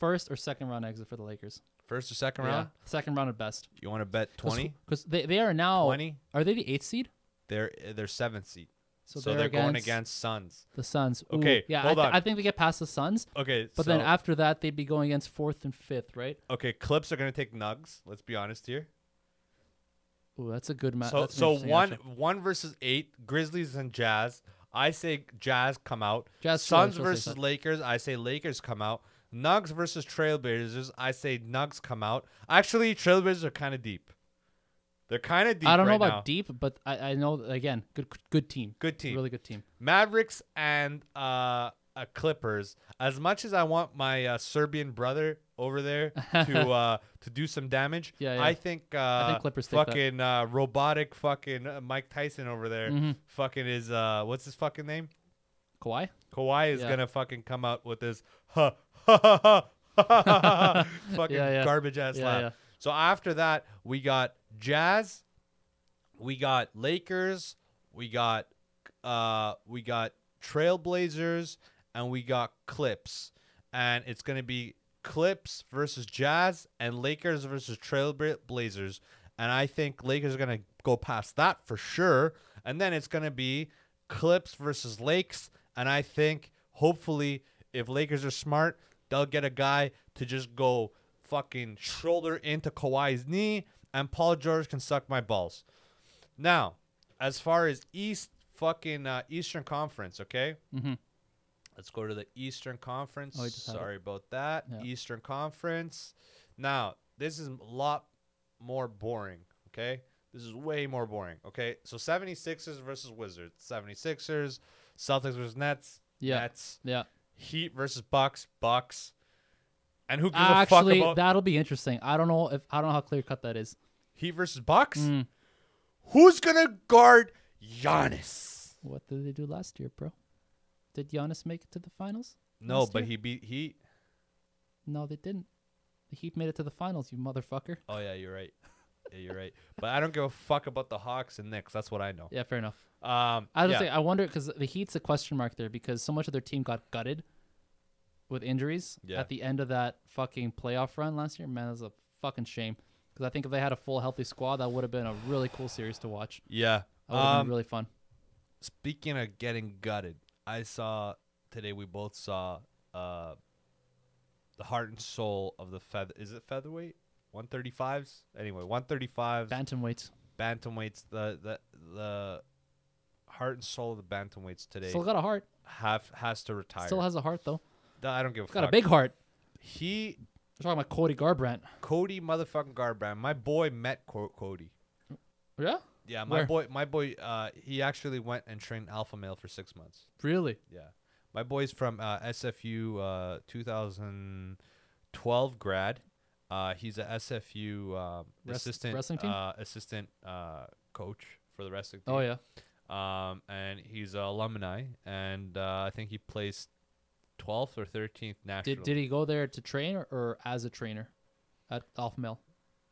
first or second round exit for the Lakers.
first or second
Yeah,
round.
second round at best.
You want to bet 20?
Because they, they are now.
20?
Are they the eighth seed?
They're they're seventh seed, so,
So,
they're, going against Suns.
the Suns. Ooh,
Okay,
yeah,
hold
I,
on.
I think they get past the Suns,
Okay,
but then after that they'd be going against fourth and fifth, right?
okay, Clips are gonna take Nugs. Let's be honest here.
Ooh, that's a good match.
So so one one versus eight, Grizzlies and Jazz. I say Jazz come out.
Jazz still-
Suns
still say
versus
Sun.
Lakers. I say Lakers come out. Nugs versus Trailblazers. I say Nugs come out. Actually, Trailblazers are kind of deep. They're kind of deep.
I don't know
right
about
now.
deep, but I, I know again, good good team,
Good team.
really good team.
Mavericks and uh, uh, Clippers. As much as I want my uh, Serbian brother over there to uh, to do some damage,
Yeah, yeah.
I think uh, I
think Clippers take that.
fucking uh, robotic fucking uh, Mike Tyson over there
Mhm.
fucking is uh, what's his fucking name?
Kawhi,
Kawhi is
Yeah.
gonna fucking come out with this ha ha ha ha, ha, ha, ha, fucking
Yeah, yeah.
garbage ass
Yeah,
laugh.
yeah.
So after that, we got Jazz, we got Lakers, we got uh we got Trailblazers, and we got Clips, and it's gonna be Clips versus Jazz and Lakers versus Trailblazers, and I think Lakers are gonna go past that for sure, and then it's gonna be Clips versus Lakes, and I think hopefully if Lakers are smart, they'll get a guy to just go fucking shoulder into Kawhi's knee, and Paul George can suck my balls. Now, as far as East fucking uh, Eastern Conference, okay.
Mhm.
Let's go to the Eastern Conference.
Oh, I just had it.
Sorry about that.
Yeah.
Eastern Conference. Now, this is a lot more boring, okay? This is way more boring, okay? So 76ers versus Wizards, 76ers, Celtics versus Nets,
Yeah.
Nets,
yeah.
Heat versus Bucks, Bucks. And who gives a
Actually,
fuck about
that'll be interesting. I don't know if I don't know how clear cut that is.
Heat versus Bucks?
Mm.
Who's gonna guard Giannis?
What did they do last year, bro? Did Giannis make it to the finals?
No,
last
but
year?
he beat Heat.
No, they didn't. The Heat made it to the finals, you motherfucker.
Oh yeah, you're right. Yeah, you're right. But I don't give a fuck about the Hawks and Knicks. That's what I know.
Yeah, fair enough.
Um,
I was
yeah.
say I wonder because the Heat's a question mark there because so much of their team got gutted with injuries
Yeah.
at the end of that fucking playoff run last year. Man, that's a fucking shame because I think if they had a full healthy squad, that would have been a really cool series to watch.
yeah.
That would have
Um,
been really fun.
Speaking of getting gutted, I saw today we both saw uh, the heart and soul of the feather. Is it featherweight? 135s? Anyway, 135s,
Bantamweights
bantamweights, the, the, the heart and soul of the bantamweights today
still got a heart,
have, has to retire.
still has a heart though.
Th- I don't give a
Got
fuck.
a big heart.
he,
We're talking about Cody Garbrandt.
Cody motherfucking Garbrandt, my boy met Co- Cody.
Yeah,
Yeah, my
Where?
boy, my boy, uh, he actually went and trained alpha male for six months.
really.
Yeah. My boy's from uh, SFU uh, 2012 grad. Uh, he's a SFU um,
Wrest-
assistant
wrestling team?
Uh, assistant uh, coach for the wrestling team.
Oh yeah,
Um, and he's an alumni, and uh, I think he placed 12th or 13th national.
did did he go there to train or, or as a trainer at Alpha Male?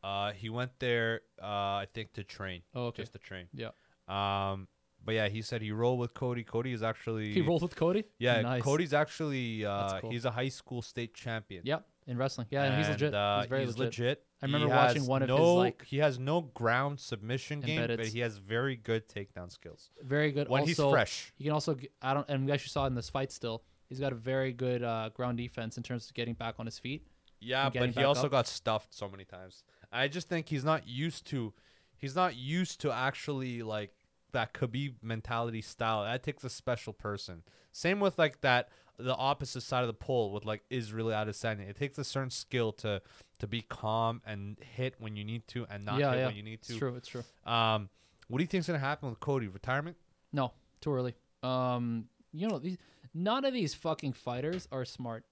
Uh, he went there, uh, I think, to train,
Oh, okay.
just to train.
Yeah.
Um, but yeah, he said he rolled with Cody. Cody is actually
He rolled with Cody.
Yeah,
nice.
Cody's actually
That's
uh,
cool.
he's a high school state champion.
Yep, in wrestling. Yeah, and he's
And,
legit.
Uh,
he's very legit. I
He
remember watching
has
one of his,
no-
like-
he has no ground submission game, but
Embeddeds.
he has very good takedown skills
Very good.
when
also,
he's fresh.
He can also. g- I don't. And we actually saw in this fight still. He's got a very good uh, ground defense in terms of getting back on his feet.
Yeah, but
and getting
he
back
also
up.
got stuffed so many times. I just think he's not used to, he's not used to actually like that Khabib mentality style. That takes a special person. Same with like that the opposite side of the pole with like Israel Adesanya. It takes a certain skill to to be calm and hit when you need to and not
yeah,
hit
yeah.
when you need
It's
to.
true. It's true.
Um, what do you think's gonna happen with Cody retirement?
No, too early. Um, you know, these none of these fucking fighters are smart,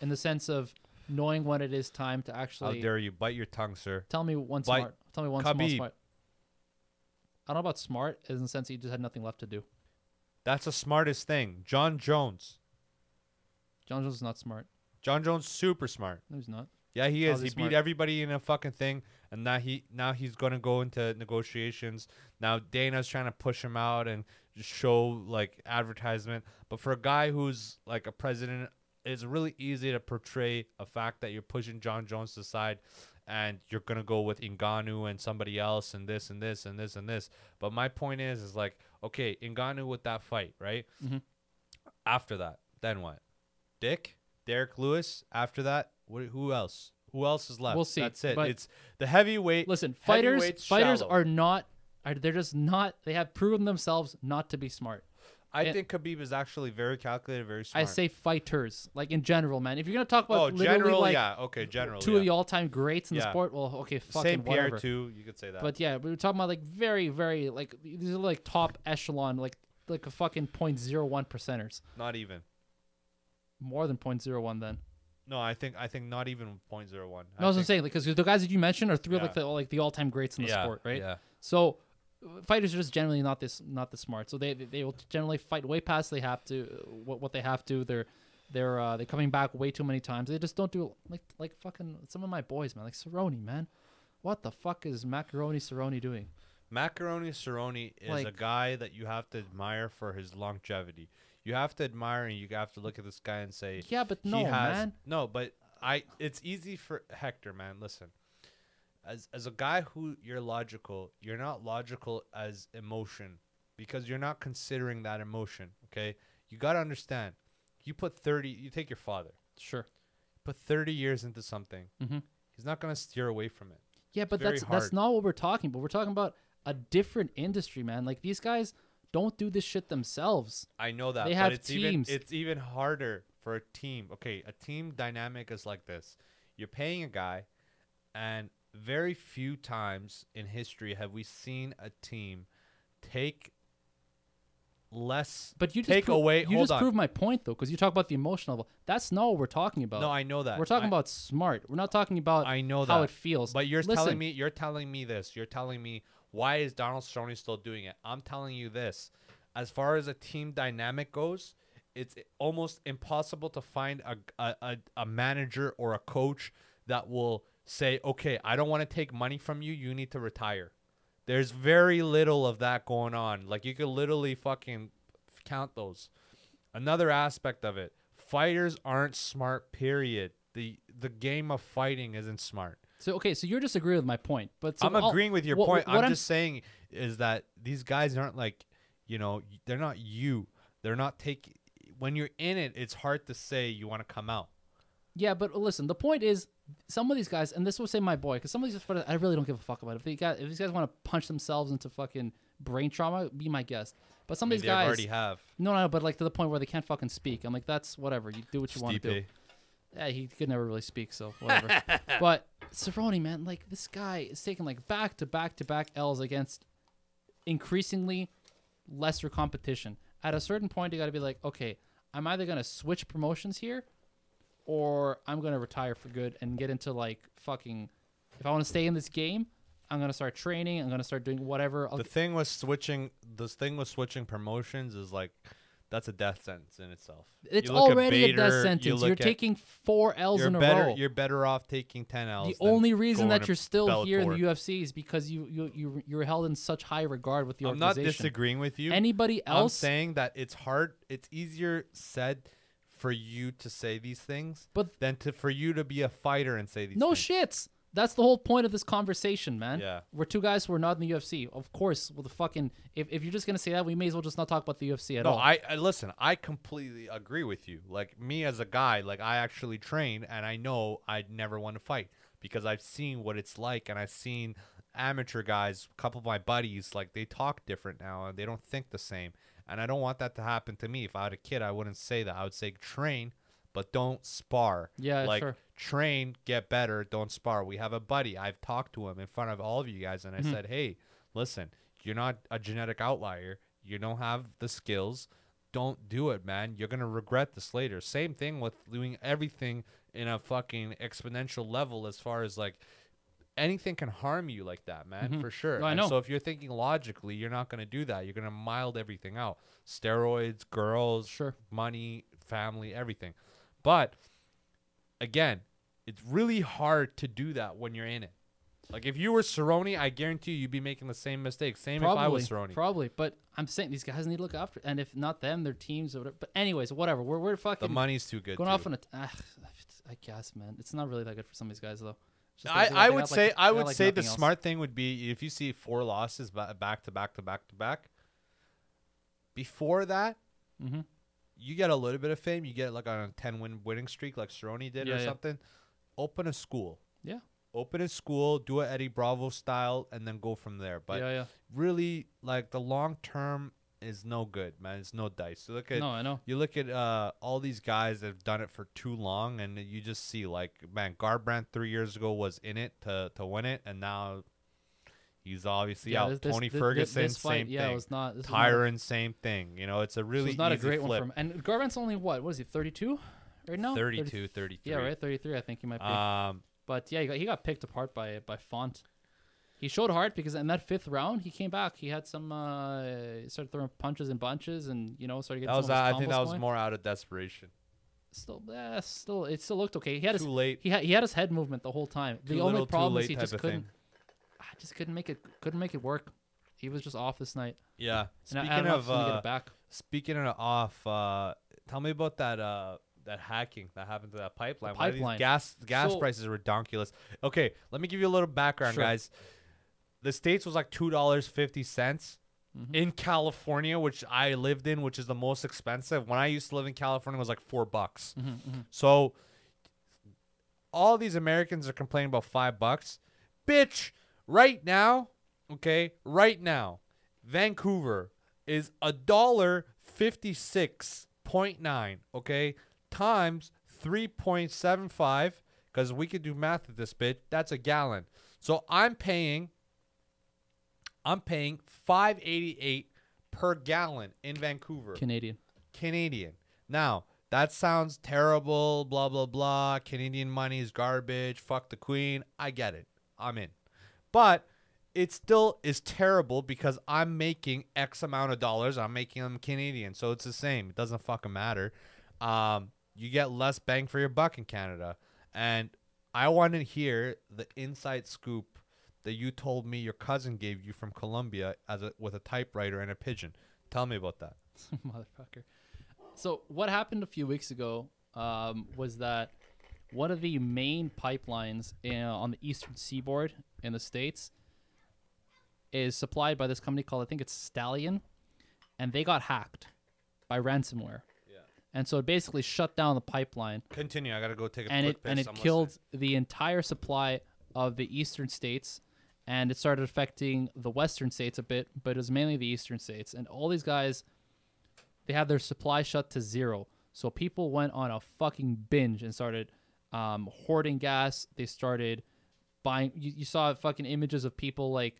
in the sense of knowing when it is time to
How
actually
dare you bite your tongue, sir?
Tell me one
Why-
smart. Tell me one small
Khabib.
smart. I don't know about smart as in the sense he just had nothing left to do.
That's the smartest thing. John Jones.
John Jones is not smart.
John Jones super smart.
No, he's not.
Yeah, he
Oh,
is.
they're
He
smart.
beat everybody in a fucking thing, and now he now he's gonna go into negotiations. Now Dana's trying to push him out and show like advertisement. But for a guy who's like a president, it's really easy to portray a fact that you're pushing John Jones to the side, and you're gonna go with Inganu and somebody else, and this and this and this and this. But my point is, is like, okay, Inganu with that fight, right?
Mhm.
After that, then what? Dick, Derek Lewis. After that, what, who else? Who else is left?
We'll see,
That's it.
but-
It's the heavyweight.
Listen, fighters
Heavyweight's
fighters
shallow.
are not are, they're just not they have proven themselves not to be smart.
I
and-
think Khabib is actually very calculated, very smart.
I say fighters, like in general, man. If you're gonna talk
oh,
about literally
general,
like
yeah, okay, general.
two
yeah.
of the all time greats in the
Yeah.
sport, well, okay, fucking
Saint Pierre
whatever.
too. You could say that.
But yeah, we were talking about like very, very like these are like top echelon, like like a fucking point zero one percenters.
not even.
More than point zero one then.
No, I think I think not even 0.01.
No, I was gonna say because the guys that you mentioned are three of like
Yeah.
the like the all time greats in the
yeah,
sport, right?
Yeah.
So uh, fighters are just generally not this not this smart. So they they- they will generally fight way past they have to uh, what what they have to. They're they're uh, they're coming back way too many times. They just don't do like like fucking some of my boys, man. Like Cerrone, man. What the fuck is Macaroni Cerrone doing?
Macaroni Cerrone is a
Like-
guy that you have to admire for his longevity. You have to admire and you have to look at this guy and say,
Yeah, but
he
no,
has
man.
no. But I, it's easy for Hector, man. Listen, as as a guy who you're logical, you're not logical as emotion because you're not considering that emotion. Okay, you gotta understand. You put thirty. You take your father.
Sure.
Put thirty years into something.
Mhm.
He's not gonna steer away from it.
Yeah, but
very
that's that's
hard.
not what we're talking about. We're talking about a different industry, man. Like these guys don't do this shit themselves.
I know that.
They
but
have
it's
teams.
Even, it's even harder for a team. Okay, a team dynamic is like this: you're paying a guy, and very few times in history have we seen a team take less.
But you just
take
pro-
away.
You
hold
just
on.
proved my point though, because you talk about the emotional level. That's not what we're talking about.
no, I know that.
we're talking
I-
about smart. We're not talking about
I know
how
that.
it feels.
But you're telling
Listen,
me you're telling me this. You're telling me why is Donald Cerrone still doing it? I'm telling you this. As far as a team dynamic goes, it's almost impossible to find a a, a, a manager or a coach that will say, "Okay, I don't want to take money from you. You need to retire." There's very little of that going on. Like you could literally fucking count those. Another aspect of it, fighters aren't smart. Period. The the game of fighting isn't smart.
So okay, so you're disagreeing with my point, but so
I'm
I'll-
agreeing with your
what-
point.
What
I'm,
I'm,
just saying is that these guys aren't like, you know, y- they're not you. They're not taking. When you're in it, it's hard to say you want to come out.
yeah, but listen, the point is, some of these guys, and this will say my boy, because some of these fighters, I really don't give a fuck about. If they got, if these guys want to punch themselves into fucking brain trauma, be my guest. But some
I mean,
of these
they
guys,
already have.
no, no, but like to the point where they can't fucking speak. I'm like, that's whatever. You do what you want to do.
Stipe.
Yeah, he could never really speak, so whatever. but Cerrone, man, like this guy is taking like back to back to back L's against increasingly lesser competition. At a certain point, you got to be like, okay, I'm either gonna switch promotions here, or I'm gonna retire for good and get into like fucking. If I want to stay in this game, I'm gonna start training. I'm gonna start doing whatever. I'll
The thing was switching. The thing with switching promotions is like, That's a death sentence in itself.
It's
You look at
already a death
Bader, you
sentence. You are
look at-
taking four L's
You're
in a
better.
row.
You're better off taking ten L's.
the
than
only reason
going
that
to
you're still here in
Bellator.
the UFC is because you you you you're held in such high regard with the
I'm not
organization.
disagreeing with you.
Anybody
I'm
else?
saying that it's hard. It's easier said for you to say these things,
But-
than to for you to be a fighter and say these.
no
things.
shits. That's the whole point of this conversation, man.
Yeah.
We're two guys who are not in the UFC. Of course, well, the fucking if, if you're just gonna say that, we may as well just not talk about the UFC at
No,
all.
I, I listen. I completely agree with you. Like me as a guy, like I actually train and I know I'd never want to fight because I've seen what it's like and I've seen amateur guys. A couple of my buddies, like they talk different now and they don't think the same. And I don't want that to happen to me. If I had a kid, I wouldn't say that. I would say train, but don't spar.
Yeah,
like
sure.
train, get better, don't spar. We have a buddy. I've talked to him in front of all of you guys, and I
Mm-hmm.
said, hey, listen, you're not a genetic outlier. You don't have the skills. Don't do it, man. You're gonna regret this later. Same thing with doing everything in a fucking exponential level as far as like anything can harm you like that, man, for sure.
Mm-hmm. No, I
And
know.
So if you're thinking logically, you're not gonna do that. You're gonna mild everything out. Steroids, girls,
Sure.
money, family, everything. But again, it's really hard to do that when you're in it. Like if you were Cerrone, I guarantee you, you'd be making the same mistake. Same
probably,
if I was Cerrone.
probably. But I'm saying these guys need to look after, and if not them, their teams or whatever. But anyways, whatever. We're we're
the
fucking
money's too good.
going
too.
off on a. Uh, I guess, man, it's not really that good for some of these guys though. It's just
I,
they- they-
I
they
would
got, like-
say I
they got,
would
like,
say the
nothing else.
smart thing would be if you see four losses ba- back to back to back to back. Before that,
Mhm.
you get a little bit of fame. You get like on a ten win winning streak, like Cerrone did
Yeah,
or
yeah.
something. Open a school.
Yeah.
Open a school. Do a Eddie Bravo style, and then go from there. But
yeah, yeah.
really, like the long term is no good, man. It's no dice. You look at
No, I know.
you look at uh, all these guys that have done it for too long, and you just see like man, Garbrandt three years ago was in it to to win it, and now he's obviously
yeah,
out.
this- this-
Tony
thi- thi-
Ferguson,
this fight,
same
yeah,
thing.
was not. This was not a-
Tyron, same thing. You know, it's a
this
really
was not a
easy
great
flip.
one for him. And Garvin's only what? What is he? Thirty-two, right now?
32, 33.
Yeah, right. Thirty-three. I think he might be.
Um,
but yeah, he got, he got picked apart by by Font. He showed heart because in that fifth round he came back. He had some uh, started throwing punches and bunches, and you know started
that
getting.
was uh,
some of
I
his
think
combos
that was
going.
more out of desperation.
Still, eh, still, it still looked okay. He had his
Too late.
He had he had his head movement the whole time. The
Too
only
little, too
problem is
late
he
type
just
of
couldn't.
thing.
I just couldn't make it. Couldn't make it work. He was just off this night.
Yeah.
And I- I,
Speaking
don't know if
of
he's gonna get
uh,
it back.
Speaking of off, uh, tell me about that uh, that hacking that happened to that pipeline. Why these
pipeline.
gas gas
So-
prices are ridiculous. Okay, let me give you a little background,
Sure.
guys. The states was like two dollars fifty cents.
Mm-hmm.
In California, which I lived in, which is the most expensive, when I used to live in California, it was like four bucks.
Mm-hmm,
Mm. So all these Americans are complaining about five bucks. Bitch, right now, okay, right now, Vancouver is a dollar fifty six point nine, okay, times three point seven five, because we could do math at this bitch. That's a gallon. So I'm paying I'm paying five eighty eight per gallon in Vancouver.
Canadian.
Canadian. Now, that sounds terrible, blah, blah, blah. Canadian money is garbage. Fuck the queen. I get it. I'm in. But it still is terrible because I'm making X amount of dollars. I'm making them Canadian. So it's the same. It doesn't fucking matter. Um, you get less bang for your buck in Canada. And I want to hear the inside scoop that you told me your cousin gave you from Colombia as a, with a typewriter and a pigeon. Tell me about that.
motherfucker. So what happened a few weeks ago um, was that one of the main pipelines in, on the eastern seaboard in the states is supplied by this company called I think it's Stallion, and they got hacked by ransomware.
Yeah.
And so it basically shut down the pipeline,
Continue. I gotta go take a
and
quick
it and
piss.
it
I'm
killed
listening.
the entire supply of the eastern states, and it started affecting the western states a bit, but it was mainly the eastern states. And all these guys, they had their supply shut to zero, so people went on a fucking binge and started um, hoarding gas. They started buying. You, you saw fucking images of people like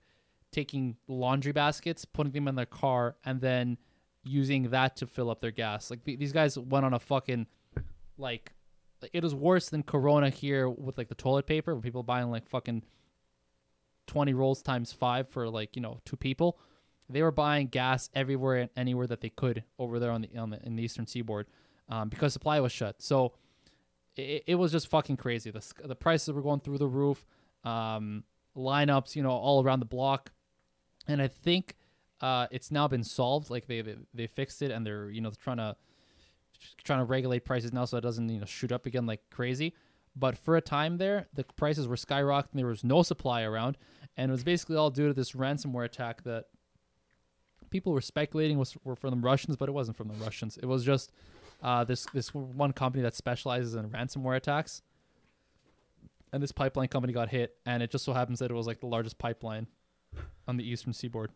taking laundry baskets, putting them in their car, and then using that to fill up their gas. Like the- these guys went on a fucking like it was worse than Corona here with like the toilet paper, where people buying like fucking twenty rolls times five for like you know two people. they were buying gas everywhere and anywhere that they could over there on the on the in the eastern seaboard, um, because supply was shut. So it, it was just fucking crazy. The sk- the prices were going through the roof. Um, lineups, you know, all around the block, and I think uh, it's now been solved. Like they, they they fixed it, and they're you know trying to trying to regulate prices now so it doesn't you know shoot up again like crazy. But for a time there, the prices were skyrocketing. There was no supply around, and it was basically all due to this ransomware attack that people were speculating was were from the Russians, but it wasn't from the Russians. It was just uh, this this one company that specializes in ransomware attacks, and this pipeline company got hit, and it just so happens that it was like the largest pipeline on the eastern seaboard.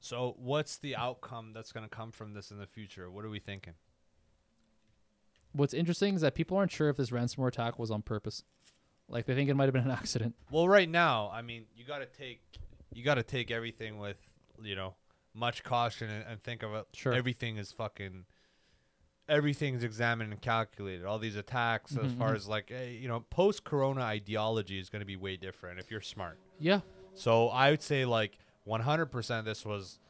So, what's the outcome that's going to come from this in the future? What are we thinking?
What's interesting is that people aren't sure if this ransomware attack was on purpose. Like they think it might have been an accident.
Well, right now, I mean, you got to take you got to take everything with you know much caution and, and think of it.
Sure.
Everything is fucking. Everything's examined and calculated. All these attacks,
Mm-hmm,
as far as like eh, you know, post-corona ideology is going to be way different if you're smart.
Yeah,
So I would say like 100% this was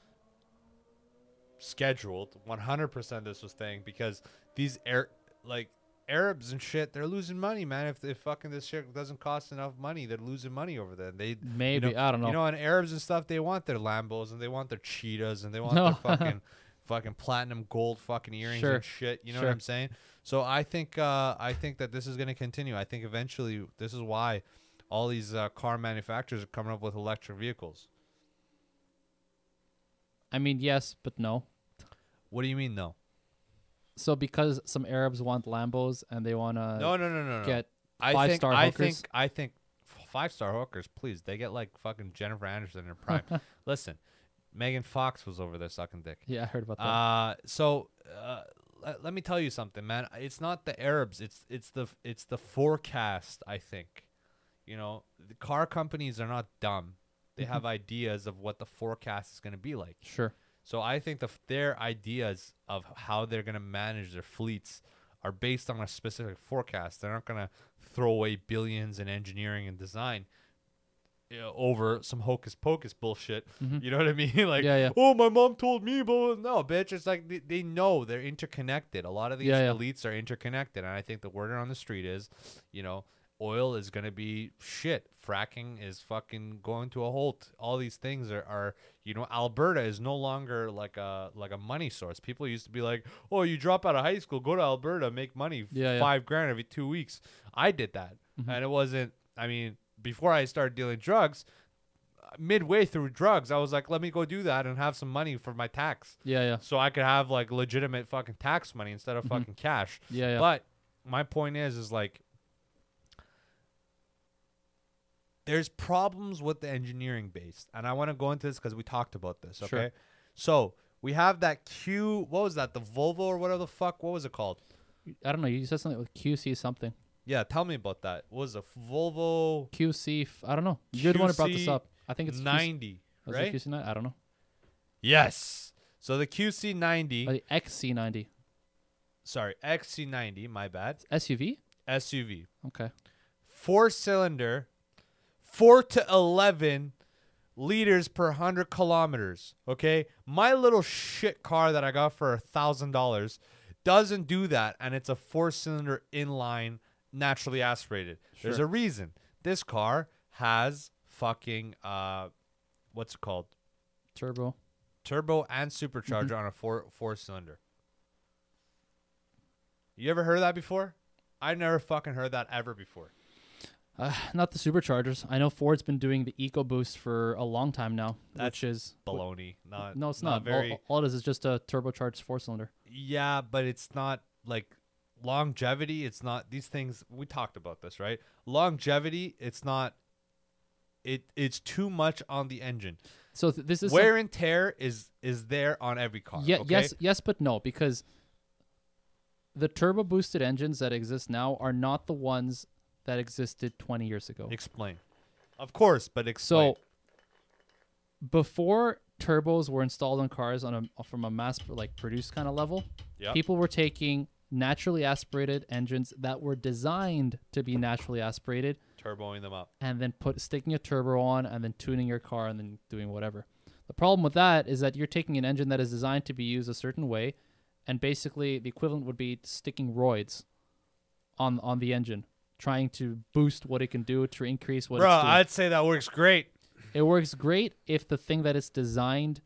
scheduled. 100% this was thing because these air like Arabs and shit, they're losing money, man. If, if fucking this shit doesn't cost enough money, they're losing money over there. They
maybe
you know,
I don't know.
You know, and Arabs and stuff, they want their Lambos and they want their cheetahs and they want
No.
their fucking fucking platinum gold fucking earrings
Sure.
and shit. You know
Sure.
what I'm saying? So I think uh, I think that this is going to continue. I think eventually this is why all these uh, car manufacturers are coming up with electric vehicles.
I mean, yes, but no.
What do you mean though?
So because some Arabs want Lambos and they want to
no, no, no, no, no.
Uh, get
I
five
think,
star
I
hookers?
think I think five star hookers, please. They get like fucking Jennifer Anderson in her prime. Listen, Megan Fox was over there sucking dick.
yeah, I heard about that.
Uh, so uh, let, let me tell you something, man. It's not the Arabs. It's it's the it's the forecast. I think, you know, the car companies are not dumb. They
Mm-hmm.
have ideas of what the forecast is going to be like.
sure.
So I think the f- their ideas of how they're going to manage their fleets are based on a specific forecast. They're not going to throw away billions in engineering and design you know, over some hocus pocus bullshit. You know what I mean? like,
Mm-hmm. Yeah, yeah.
oh, my mom told me, but no, bitch. It's like they, they know they're interconnected. A lot of these
Yeah, yeah.
elites are interconnected, and I think the word on the street is, you know. Oil is gonna be shit. Fracking is fucking going to a halt. All these things are, are you know alberta is no longer like a like a money source people used to be like oh you drop out of high school go to alberta make money f-
Yeah, Mm-hmm. yeah.
five grand every two weeks i did that and it wasn't i mean before i started dealing drugs uh, midway through drugs i was like let me go do that and have some money for my tax
Yeah, yeah.
so i could have like legitimate fucking tax money instead
Mm-hmm.
of fucking cash
Yeah, yeah.
but my point is, is like, there's problems with the engineering base, and I want to go into this because we talked about this. Okay,
Sure.
so we have that Q. What was that? The Volvo or whatever the fuck? What was it called?
I don't know. You said something with QC something.
Yeah, tell me about that. What was a Volvo
QC. F- I don't know. You're the one who brought this
QC
up. I think it's QC
ninety?
was
right?
It QC nine. I don't know.
Yes. So the QC ninety,
Uh, the XC90
sorry XC ninety, my bad,
SUV.
SUV,
Okay.
four cylinder, four to 11 liters per 100 kilometers. Okay. My little shit car that I got for a $1,000 doesn't do that. And it's a four cylinder inline, naturally aspirated. There's
Sure.
a reason. This car has fucking, uh, what's it called?
Turbo.
Turbo and supercharger on a four four cylinder. You ever heard of that before? I never fucking heard that ever before.
Uh, not the superchargers. I know Ford's been doing the EcoBoost for a long time now,
That's
which is
baloney. Not
no, it's
not
not. uh,
very.
All, all it is is just a turbocharged four cylinder.
yeah, but it's not like longevity. It's not these things. We talked about this, right? Longevity. It's not. It it's too much on the engine.
So th- this is some-
Wear and tear is is there on every car.
Ye-
okay?
Yes, yes, but no, because the turbo boosted engines that exist now are not the ones that existed 20 years ago.
Explain. Of course, but explain.
So before turbos were installed on cars on a from a mass like produced kind of level,
Yeah.
people were taking naturally aspirated engines that were designed to be naturally aspirated
turboing them up.
and then put sticking a turbo on and then tuning your car and then doing whatever. The problem with that is that you're taking an engine that is designed to be used a certain way, and basically the equivalent would be sticking roids on on the engine, trying to boost what it can do to increase what
Bro,
it's doing.
I'd say that works great.
it works great if the thing that it's designed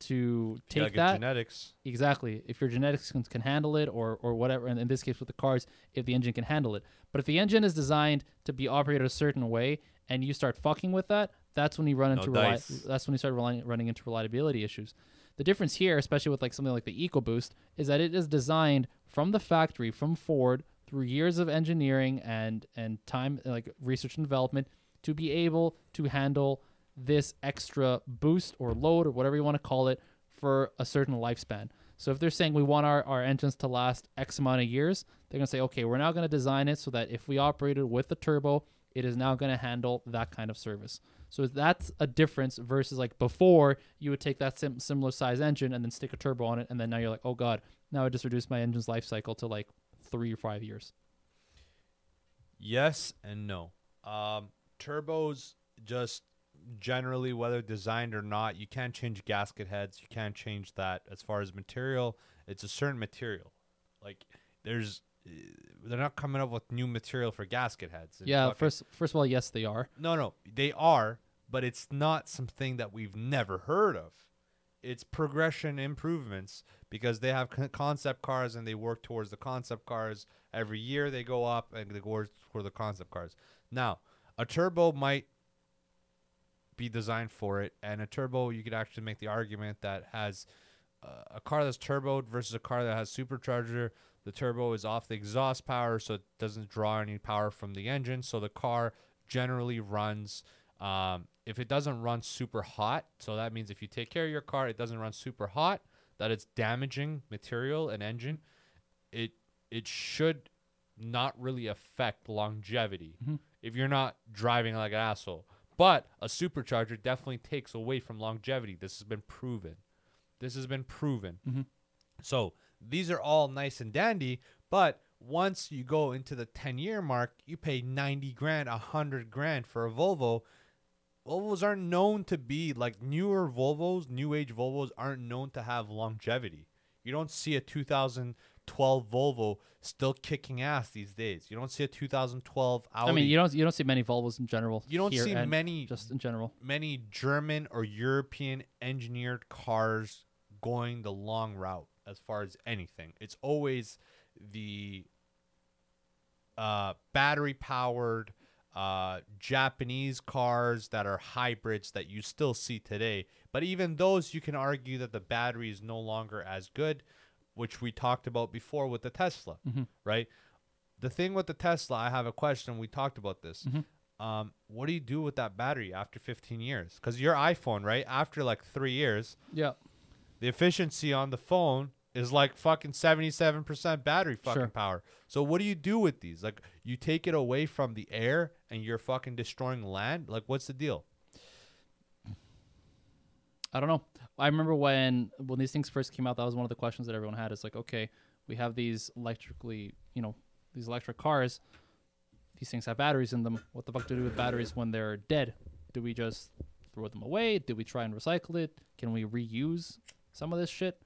to
Gotta
take
get
that
genetics.
exactly if your genetics can, can handle it or or whatever and in this case with the cars if the engine can handle it but if the engine is designed to be operated a certain way and you start fucking with that that's when you run into
dice.
that's when you start relying, running into reliability issues the difference here especially with like something like the ecoboost is that it is designed from the factory from ford through years of engineering and and time like research and development to be able to handle this extra boost or load or whatever you want to call it for a certain lifespan. So if they're saying we want our, our engines to last X amount of years, they're gonna say, okay, we're now gonna design it so that if we operate it with the turbo, it is now gonna handle that kind of service. So that's a difference versus like before you would take that sim- similar size engine and then stick a turbo on it, and then now you're like, oh god, now I just reduced my engine's life cycle to like three or five years.
Yes and no. Um, turbos just generally, whether designed or not, you can't change gasket heads. You can't change that. As far as material, it's a certain material. Like there's, uh, they're not coming up with new material for gasket heads. and
Yeah,
fucking-
first first of all, yes they are.
No, no, they are, but it's not something that we've never heard of. It's progression improvements because they have con- concept cars and they work towards the concept cars. Every year they go up and they go for the concept cars. Now, a turbo might be designed for it, and a turbo you could actually make the argument that has uh, a car that's turboed versus a car that has supercharger. The turbo is off the exhaust power, so it doesn't draw any power from the engine. So the car generally runs. Um, if it doesn't run super hot, so that means if you take care of your car, it doesn't run super hot, that it's damaging material and engine. It it should not really affect longevity if you're not driving like an asshole. But a supercharger definitely takes away from longevity. This has been proven. This has been proven.
Mm-hmm.
So these are all nice and dandy, but once you go into the 10 year mark, you pay 90 grand, 100 grand for a Volvo. Volvos aren't known to be like newer Volvos, new age Volvos aren't known to have longevity. You don't see a 2012 Volvo still kicking ass these days. You don't see a 2012 Audi.
I mean, you don't you don't see many Volvos in general.
You don't
here
see
and
many-
just in general.
many German or European engineered cars going the long route as far as anything. It's always the uh, battery powered uh, Japanese cars that are hybrids that you still see today. But even those, you can argue that the battery is no longer as good, which we talked about before with the Tesla,
Mm-hmm.
right? The thing with the Tesla, I have a question. We talked about
Mm-hmm.
this um, what do you do with that battery after 15 years? Because your iPhone, right? After like three years,
Yeah.
the efficiency on the phone is like fucking 77% battery fucking
Sure.
power. So what do you do with these? Like you take it away from the air and you're fucking destroying land? Like what's the deal?
I don't know. I remember when when these things first came out, that was one of the questions that everyone had. It's like, okay, we have these electrically, you know, these electric cars. These things have batteries in them. What the fuck do we do with batteries when they're dead? Do we just throw them away? Do we try and recycle it? Can we reuse some of this shit?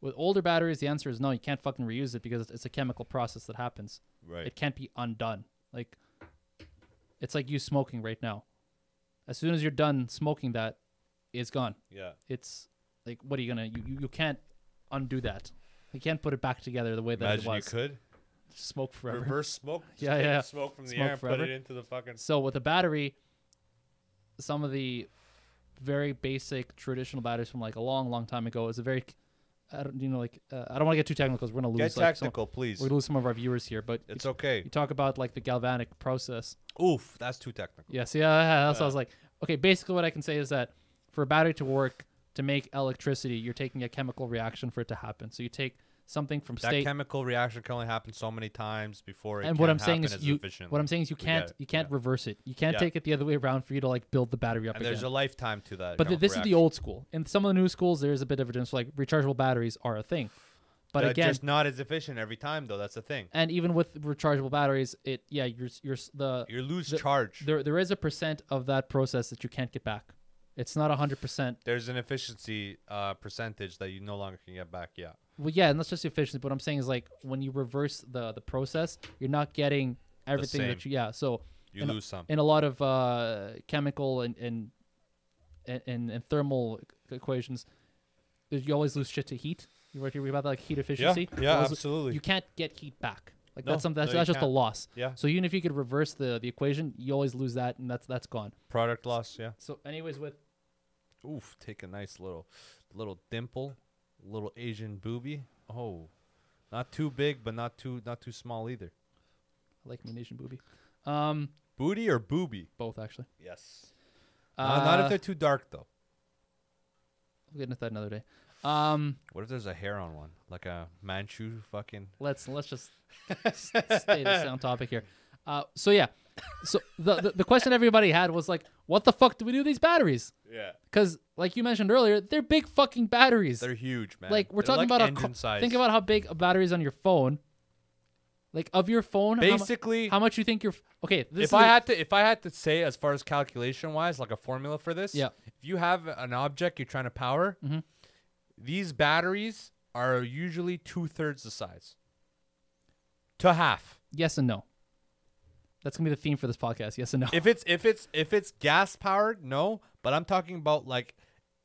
With older batteries, the answer is no. You can't fucking reuse it because it's- it's a chemical process that happens.
Right.
It can't be undone. Like it's like you smoking right now. As soon as you're done smoking that, it's gone
yeah.
it's like what are you gonna you, you, you can't undo that you can't put it back together the way that
Imagine
it
you
was
could
smoke forever
reverse smoke. Just
Yeah,
take
yeah.
Smoke from the
Smoke
air and
forever.
put it into the fucking
so with the battery some of the very basic traditional batteries from like a long long time ago is a very i don't you know like uh, i don't want to get too technical because we're gonna lose
Get
like, some,
technical, please.
we lose some of our viewers here but
It's
you,
okay.
you talk about like the galvanic process
Oof, that's too technical.
Yes, yeah, yeah, that's what I was like. Okay, basically what I can say is that for a battery to work to make electricity, you're taking a chemical reaction for it to happen. So you take something from
That
state
chemical reaction can only happen so many times before it
and what
can't
I'm saying
happen
is
as
you
efficiently.
what I'm saying is you
We get
can't
it,
you can't
yeah.
reverse it. You can't
Yeah.
take it the other way around for you to like build the battery up
and
again.
there's a lifetime to that.
but
chemical
th- this is the
reaction.
old school. In some of the new schools there is a bit of a difference like rechargeable batteries are a thing. But
They're
again,
just not as efficient every time though. That's the thing.
and even with rechargeable batteries, it yeah, you're s- you're s- the
You lose
the-
charge.
there there is a percent of that process that you can't get back. It's not 100%.
There's an efficiency uh, percentage that you no longer can get back. Yeah.
Well, yeah, and that's just efficiency. But what I'm saying is like when you reverse the the process, you're not getting everything that
same.
you yeah. So
You
And-
lose some.
in a lot of uh, chemical and and, and and and thermal e- equations, you always lose shit to heat. You already read about that, like heat
Yeah.
efficiency. You
Yeah.
always-
Absolutely.
You can't get heat back. Like
No,
that's something that's,
no, you
that's just a
can't.
loss.
yeah.
So even if you could reverse the the equation, you always lose that, and that's that's gone.
Product loss. Yeah.
So anyways, with
Oof. Take a nice little, little dimple, little Asian booby. Oh, not too big, but not too not too small either.
I like me Asian booby, um,
Booty or booby?
both actually.
Yes. Uh, not if
Uh,
they're too dark though.
We'll get into that another day. Um,
What if there's a hair on one, like a Manchu fucking?
let's let's just s- stay this on topic here. Uh, so yeah, so the, the the question everybody had was like, what the fuck do we do with these batteries?
Yeah.
Because like you mentioned earlier, they're big fucking batteries.
They're huge, man.
like we're
They're
talking
like
about a
engine
car-
size.
think about how big a battery is on your phone. Like of your phone, how mu-
basically.
how, much you think your f- okay? This
if
is
I had to, if I had to say as far as calculation wise, like a formula for this,
Yeah.
If you have an object you're trying to power,
Mhm.
these batteries are usually two thirds the size. To half.
yes and no. That's gonna be the theme for this podcast. Yes and no.
If it's if it's if it's gas powered, no. But I'm talking about like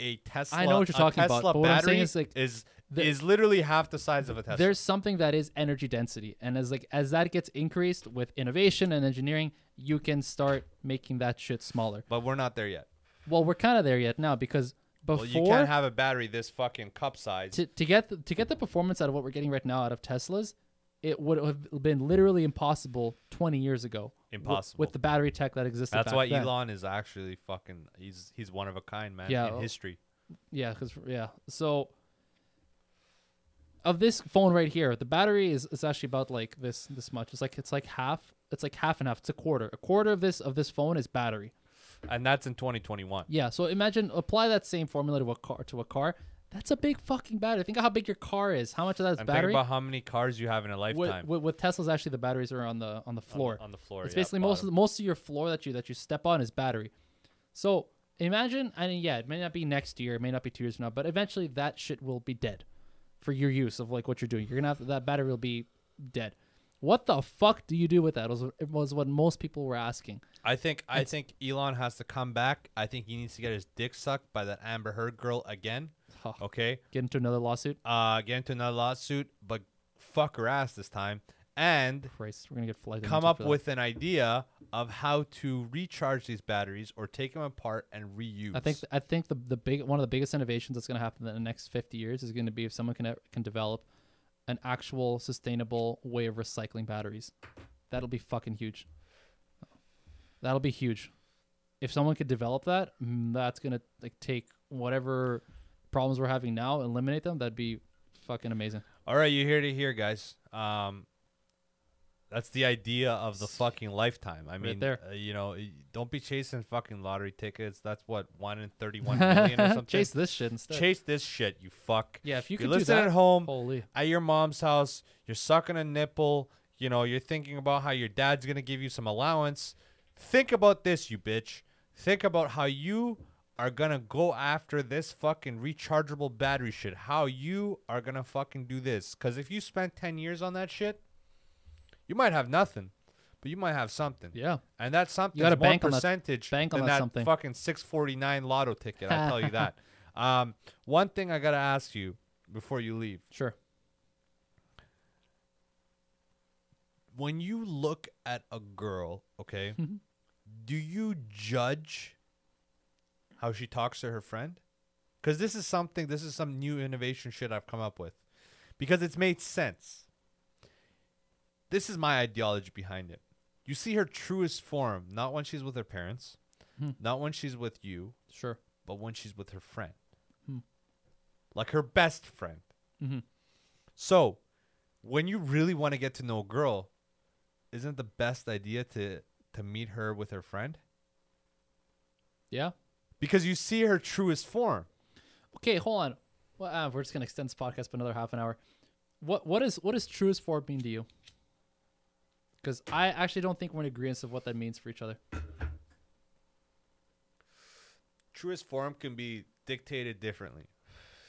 a Tesla.
I know what you're
a
talking about,
Tesla
but what I'm saying
battery
is, like,
is
the-
is literally half the size of a Tesla.
there's something that is energy density and as like as that gets increased with innovation and engineering you can start making that shit smaller
but we're not there yet.
well we're kind of there yet now because
Well,
before
you can't have a battery this fucking cup size.
to, to get the, to get the performance out of what we're getting right now out of teslas it would have been literally impossible 20 years ago wi-
Impossible.
with the battery tech that existed
That's
back
why
then.
Elon is actually fucking. He's he's one of a kind, man.
Yeah,
in
oh.
history.
Yeah, because yeah. So of this phone right here, the battery is, is actually about like this this much. It's like it's like half. It's like half and half. It's a quarter. A quarter of this of this phone is battery.
and that's in 2021.
Yeah. So imagine apply that same formula to a car to a car. That's a big fucking battery. Think of how big your car is. How much of that is
And
battery?
think about how many cars you have in a
With,
lifetime
with, with Tesla's, actually, the batteries are on the on
on-
the floor.
on, the floor.
It's
yeah,
basically most of
bottom.
the, most of your floor that you that you step on is battery. So imagine, I mean, yeah, it may not be next year, it may not be two years from now, but eventually that shit will be dead for your use of like what you're doing. You're gonna have that battery will be dead. What the fuck do you do with that? Was was what most people were asking.
I think I think Elon has to come back. I think he needs to get his dick sucked by that Amber Heard girl again.
Huh.
Okay,
Get into another lawsuit.
uh, get into another lawsuit, but fuck her ass this time, and
Christ, we're gonna get flagged. on
come
YouTube
up
for that.
with an idea of how to recharge these batteries or take them apart and reuse.
I think I think the the big one of the biggest innovations that's going to happen in the next 50 years is going to be if someone can e, can develop an actual sustainable way of recycling batteries. That'll be fucking huge. That'll be huge. If someone could develop that, mm, that's going to like take whatever problems we're having now, eliminate them, that'd be fucking amazing.
All right, you hear it here, guys. Um, that's the idea of the fucking lifetime. I mean,
there.
Uh, you know, y- don't be chasing fucking lottery tickets. That's what one in thirty-one million or something.
Chase this shit instead.
Chase this shit, you fuck.
yeah, if you
You're
could do
listening
that.
at home
Holy.
at your mom's house. You're sucking a nipple. You know, you're thinking about how your dad's gonna give you some allowance. Think about this, you bitch. Think about how you are gonna go after this fucking rechargeable battery shit. How you are gonna fucking do this? Cause if you spent ten years on that shit, you might have nothing, but you might have something.
Yeah.
And that's something
gotta
more
bank on that-
percentage
bank on
than
that
that
something.
fucking 649 lotto ticket. I tell you that. Um, one thing I gotta ask you before you leave:
Sure.
when you look at a girl, okay, do you judge how she talks to her friend? Because this is something, this is some new innovation shit I've come up with because it's made sense. This is my ideology behind it. You see her truest form, not when she's with her parents,
Hmm.
not when she's with you,
Sure.
but when she's with her friend,
Hmm.
like her best friend.
Mhm.
So, when you really want to get to know a girl, isn't the best idea to to meet her with her friend
Yeah.
because you see her truest form.
Okay, hold on. Well, uh, we're just gonna extend this podcast for another half an hour. What what is what does truest form mean to you? Because I actually don't think we're in agreement of what that means for each other.
truest form can be dictated differently.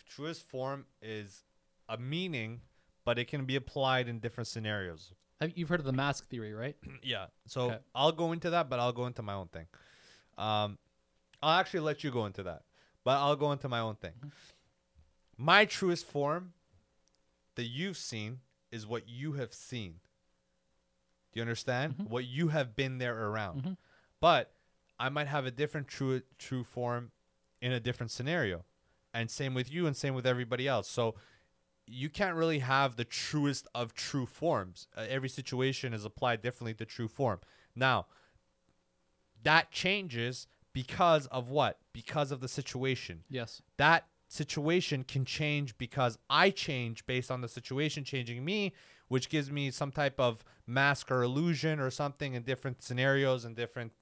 Truest form is a meaning, but it can be applied in different scenarios.
Have, you've heard of the mask theory, right?
yeah. So
Okay.
I'll go into that, but I'll go into my own thing. Um, I'll actually let you go into that, but I'll go into my own thing. My truest form that you've seen is what you have seen. Do you understand? What you have been there around. But I might have a different true true form in a different scenario. And same with you and same with everybody else. So you can't really have the truest of true forms. Uh, every situation is applied differently to true form. Now, that changes because of what? Because of the situation
Yes.
that situation can change because I change based on the situation changing me, which gives me some type of mask or illusion or something in different scenarios and different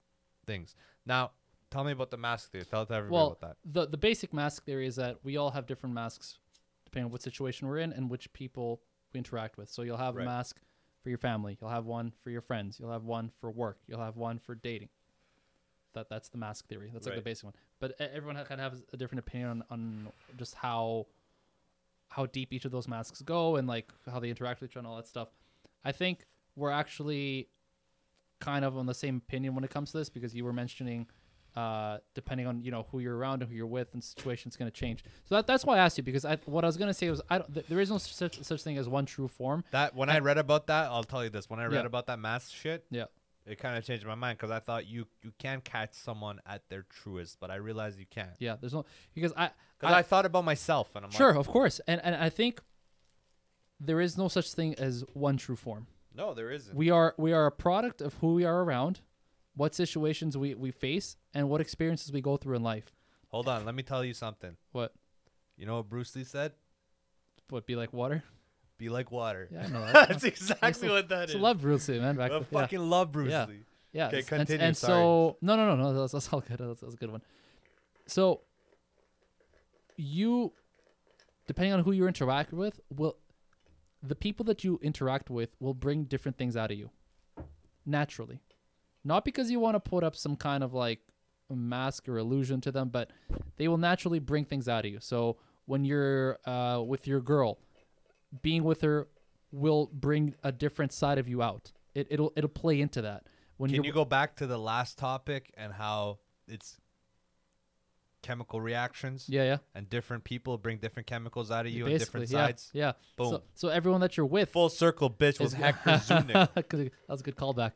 things. Now, tell me about the mask theory. Tell everybody
Well,
about that.
the the basic mask theory is that we all have different masks depending on what situation we're in and which people we interact with. So you'll have
Right.
a mask for your family, you'll have one for your friends, you'll have one for work, you'll have one for dating. That that's the mask theory. That's like
Right.
the basic one. But e- everyone ha- kind of has a different opinion on, on just how how deep each of those masks go and like how they interact with each other and all that stuff. I think we're actually kind of on the same opinion when it comes to this because you were mentioning uh, depending on you know who you're around and who you're with and situation's going to change. So that, that's why I asked you because I, what I was going to say was I don't, th- there is no such, such thing as one true form.
That when I read about that, I'll tell you this. When I read
Yeah.
about that mask shit,
Yeah.
it kind of changed my mind because I thought you you can catch someone at their truest, but I realized you can't.
Yeah, there's no because I,
Because I, thought about myself and I'm
sure,
like,
of course. And and I think there is no such thing as one true form.
no, there isn't.
We are we are a product of who we are around, what situations we we face and what experiences we go through in life.
Hold on, let me tell you something.
What
You know what Bruce Lee said?
would be like water?
Be like water.
Yeah, I know that.
That's exactly what that is.
I love Bruce Lee, man. Back
I
then, yeah.
fucking love Bruce
Yeah.
Lee.
Yeah.
Okay,
it's- and-
continue,
And,
sorry.
so no, no, no, no. That's, that's all good. That's, that's a good one. So you, depending on who you interact with, will the people that you interact with will bring different things out of you, naturally, not because you want to put up some kind of like mask or illusion to them, but they will naturally bring things out of you. So when you're uh, with your girl, being with her will bring a different side of you out. It, it'll it'll play into that. When
Can
you're,
you go back to the last topic and how it's chemical reactions
Yeah, yeah.
and different people bring different chemicals out of you
Basically,
and different
yeah,
sides?
Yeah.
Boom.
So, so everyone that you're with,
Full circle, bitch, was
Is-
Hector Zunick.
'Cause that was a good callback.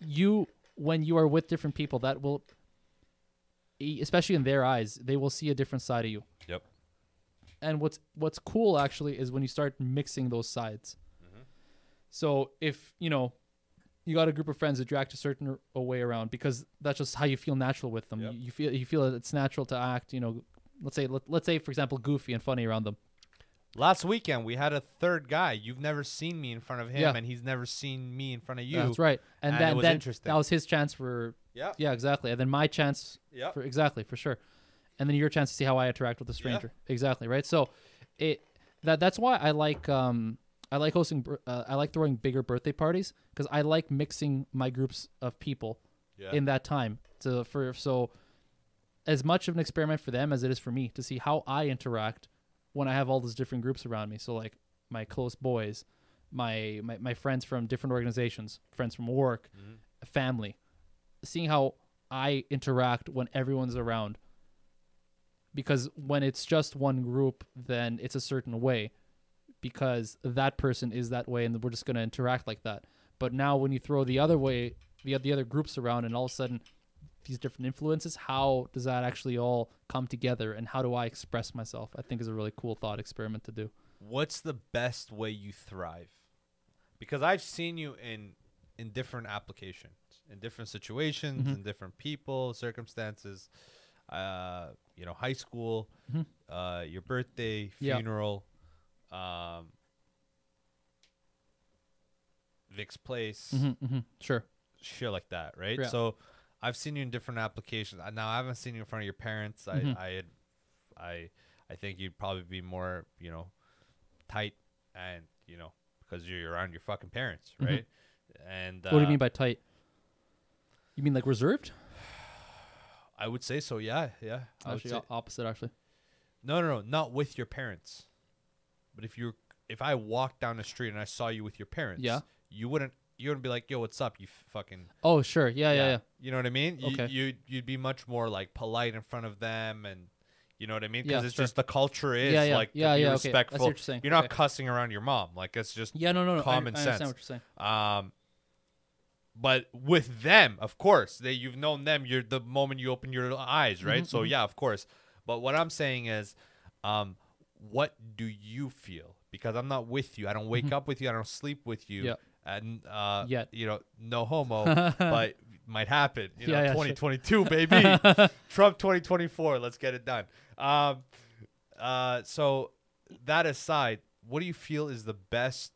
You, when you are with different people, that will, e- especially in their eyes, they will see a different side of you.
Yep.
And what's what's cool actually is when you start mixing those sides.
Mm-hmm.
So if you know, you got a group of friends that you act a certain r- a way around because that's just how you feel natural with them.
Yep.
You, you feel you feel that it's natural to act. You know, let's say let, let's say for example, goofy and funny around them.
Last weekend we had a third guy. You've never seen me in front of him,
Yeah.
and he's never seen me in front of you.
That's right. And,
And it
then,
was
then
interesting.
that was his chance for
Yeah.
yeah, exactly. And then my chance
Yep.
for exactly for sure. And then your chance to see how I interact with a stranger. Exactly, right? So it that that's why I like um I like hosting bir- uh, I like throwing bigger birthday parties cuz I like mixing my groups of people
Yeah.
in that time to for so as much of an experiment for them as it is for me to see how I interact when I have all those different groups around me. So like my close boys, my my, my friends from different organizations, friends from work, family, seeing how I interact when everyone's around. Because when it's just one group, then it's a certain way because that person is that way and we're just going to interact like that. But now when you throw the other way, the, the other groups around and all of a sudden these different influences, how does that actually all come together and how do I express myself? I think is a really cool thought experiment to do.
what's the best way you thrive because i've seen you in in different applications in different situations
Mm-hmm.
in different people circumstances uh you know high school uh your birthday
Mm-hmm. Yeah.
funeral um vic's place
Mm-hmm. Sure.
shit like that, right?
Yeah.
So I've seen you in different applications. Uh, Now I haven't seen you in front of your parents. I
Mm-hmm.
I had, I I think you'd probably be more you know tight and you know because you're around your fucking parents,
Mm-hmm.
right? And uh,
what do you mean by tight? You mean like reserved?
I would say so. Yeah, yeah. I would
Actually,
say-
o- opposite. Actually,
no, no, no, not with your parents. But if you're, if I walked down the street and I saw you with your parents,
Yeah.
you wouldn't, you wouldn't be like, yo, what's up, you fucking.
oh sure, yeah, yeah, yeah.
You know what I mean? You,
Okay.
You'd you'd be much more like polite in front of them, and you know what I mean? Because
Yeah,
it's
sure.
just the culture is
Yeah, yeah,
like to
yeah,
be
yeah, okay. I see what
respectful.
you're saying.
not
Okay.
cussing around your mom. Like it's just
Yeah, no, no, no. I-
Common
I,
sense.
understand what you're saying.
um. But with them, of course, they you've known them. You're the moment you open your eyes, right?
Mm-hmm,
so yeah, of course. But what I'm saying is, um, what do you feel? Because I'm not with you. I don't wake up with you. I don't sleep with you.
Yeah.
And uh,
Mm-hmm. Yet.
you know, no homo, but might happen. You know,
Yeah, yeah, sure.
2022, baby. Trump 2024. Let's get it done. Um, uh, so that aside, what do you feel is the best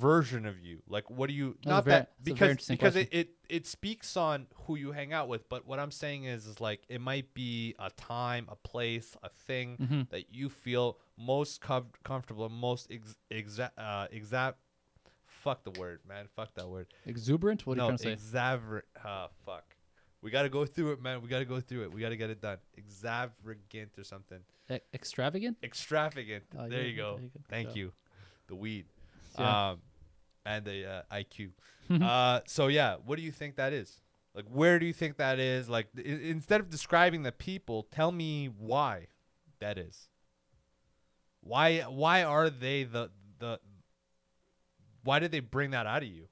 version of you? Like, what do you
a
not
very-
that
that's a very
because
interesting
because it, it it speaks on who you hang out with. But what I'm saying is, is like it might be a time, a place, a thing
Mm-hmm.
that you feel most com- comfortable, most ex- exa- uh, exact. Fuck the word, man. Fuck that word.
Exuberant. What are
no,
you trying to say?
exaver- uh, fuck. We gotta go through it, man. We gotta go through it. We gotta get it done. Extravagant or something
E- extravagant.
extravagant.
Oh,
there
yeah,
you
yeah,
go.
there you go. Good
Thank
job.
you. The weed.
Yeah.
Um, and the uh, IQ. uh, so yeah, what do you think that is? Like, where do you think that is? Like, i- instead of describing the people, tell me why that is. Why? Why are they the the? Why did they bring that out of you?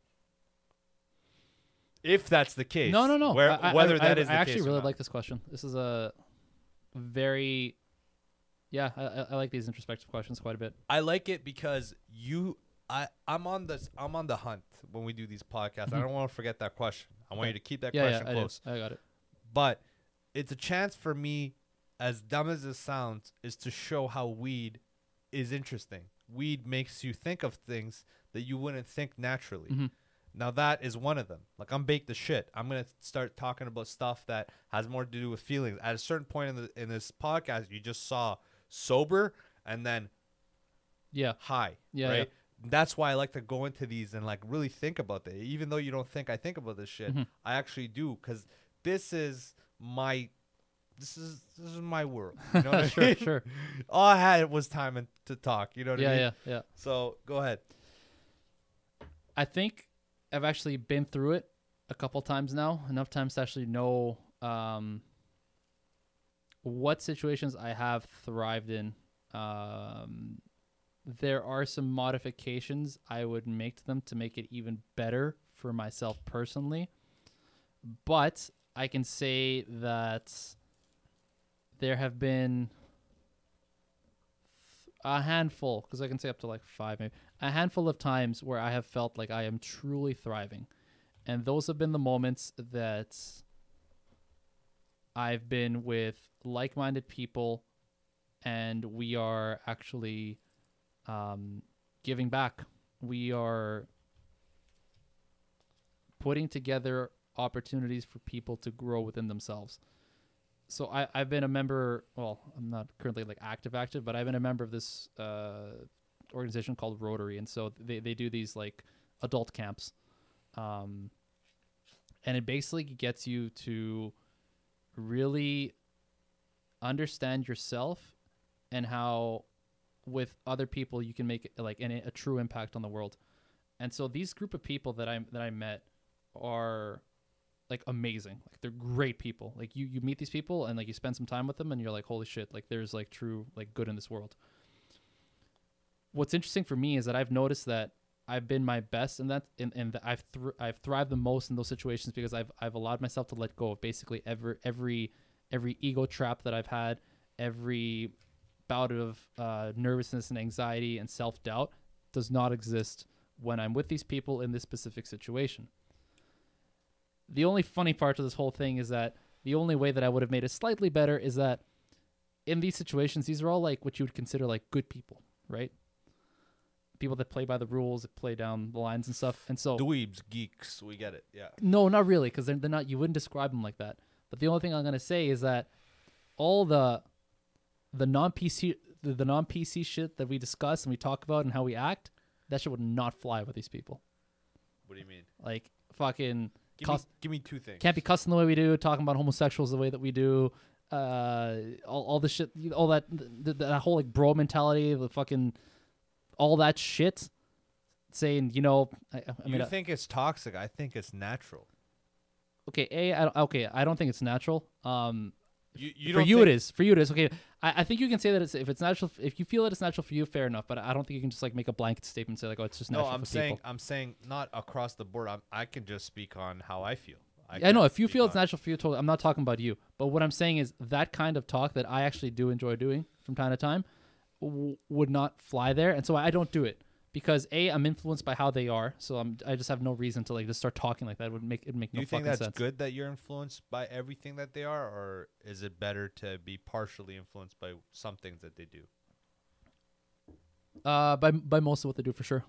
If that's the case,
No, no, no.
Where,
I- I-
whether
I,
that
I,
is
I
the
actually
case or
really
not.
like this question. This is a very, yeah, I, I- I like these introspective questions quite a bit.
I like it because you I I'm on this I'm on the hunt when we do these podcasts. I don't want to forget that question. I want you to keep that
Mm-hmm. Yeah, yeah,
question
I, did.
close.
I got it.
But it's a chance for me as dumb as it sounds is to show how weed is interesting. Weed makes you think of things that you wouldn't think naturally.
Mm-hmm.
Now that is one of them. Like I'm baked to shit. I'm gonna start talking about stuff that has more to do with feelings. At a certain point in the in this podcast, you just saw sober and then
Yeah,
high.
Yeah,
Right. That's why I like to go into these and like really think about it. Even though you don't think I think about this shit,
Mm-hmm.
I actually do because this is my this is this is my world. You know what I
sure,
mean?
sure.
All I had was time and, to talk. You know what I
Yeah,
mean?
yeah, yeah.
So go ahead.
I think I've actually been through it a couple times now, enough times to actually know um, what situations I have thrived in. Um, there are some modifications I would make to them to make it even better for myself personally. But I can say that there have been a handful, because I can say up to like five, maybe a handful of times where I have felt like I am truly thriving, and those have been the moments that I've been with like-minded people, and we are actually um, giving back. We are putting together opportunities for people to grow within themselves. So I, I've been a member. Well, I'm not currently like active, active, but I've been a member of this uh, organization called Rotary, and so they they do these like adult camps, um, and it basically gets you to really understand yourself and how with other people you can make like an, a true impact on the world and so these group of people that i that i met are like amazing like they're great people like you you meet these people and like you spend some time with them and you're like holy shit like there's like true like good in this world what's interesting for me is that i've noticed that i've been my best and that and, and that i've thr i've thrived the most in those situations because i've i've allowed myself to let go of basically every every every ego trap that i've had every bout of uh, nervousness and anxiety and self-doubt does not exist when i'm with these people in this specific situation the only funny part of this whole thing is that the only way that I would have made it slightly better is that in these situations, these are all like what you would consider like good people, right? People that play by the rules, that play down the lines and stuff. And so,
Dweebs, geeks, we get it. Yeah.
no, not really, because they're, they're not. You wouldn't describe them like that. But the only thing I'm gonna say is that all the the non PC the, the non PC shit that we discuss and we talk about and how we act, that shit would not fly with these people
What do you mean?
like fucking
Give,
cuss,
me, give me two things.
can't be cussing the way we do, talking about homosexuals the way that we do, uh, all, all the shit, all that, th- that whole like bro mentality, the fucking, all that shit, saying you know, I, I I mean,
you
uh,
think it's toxic? I think it's natural.
okay, a, I don't, okay, I don't think it's natural. Um,
You, you
for
don't
you
think,
it is. For you it is. Okay, I, I think you can say that it's if it's natural, if you feel that it's natural for you, fair enough. But I don't think you can just like make a blanket statement and say like, oh, it's just
No,
natural
I'm
for
saying
people.
I'm saying not across the board. I'm, I can just speak on how I feel. I
I know
can't
if you
speak
feel it's
on-
natural for you, totally. I'm not talking about you, but what I'm saying is that kind of talk that I actually do enjoy doing from time to time w- would not fly there, and so I don't do it because a I'm influenced by how they are, so I'm I just have no reason to like just start talking like that. It would make it make no
you think
fucking
that's
sense.
good that you're influenced by everything that they are, or is it better to be partially influenced by some things that they do,
Uh, by by most of what they do for sure.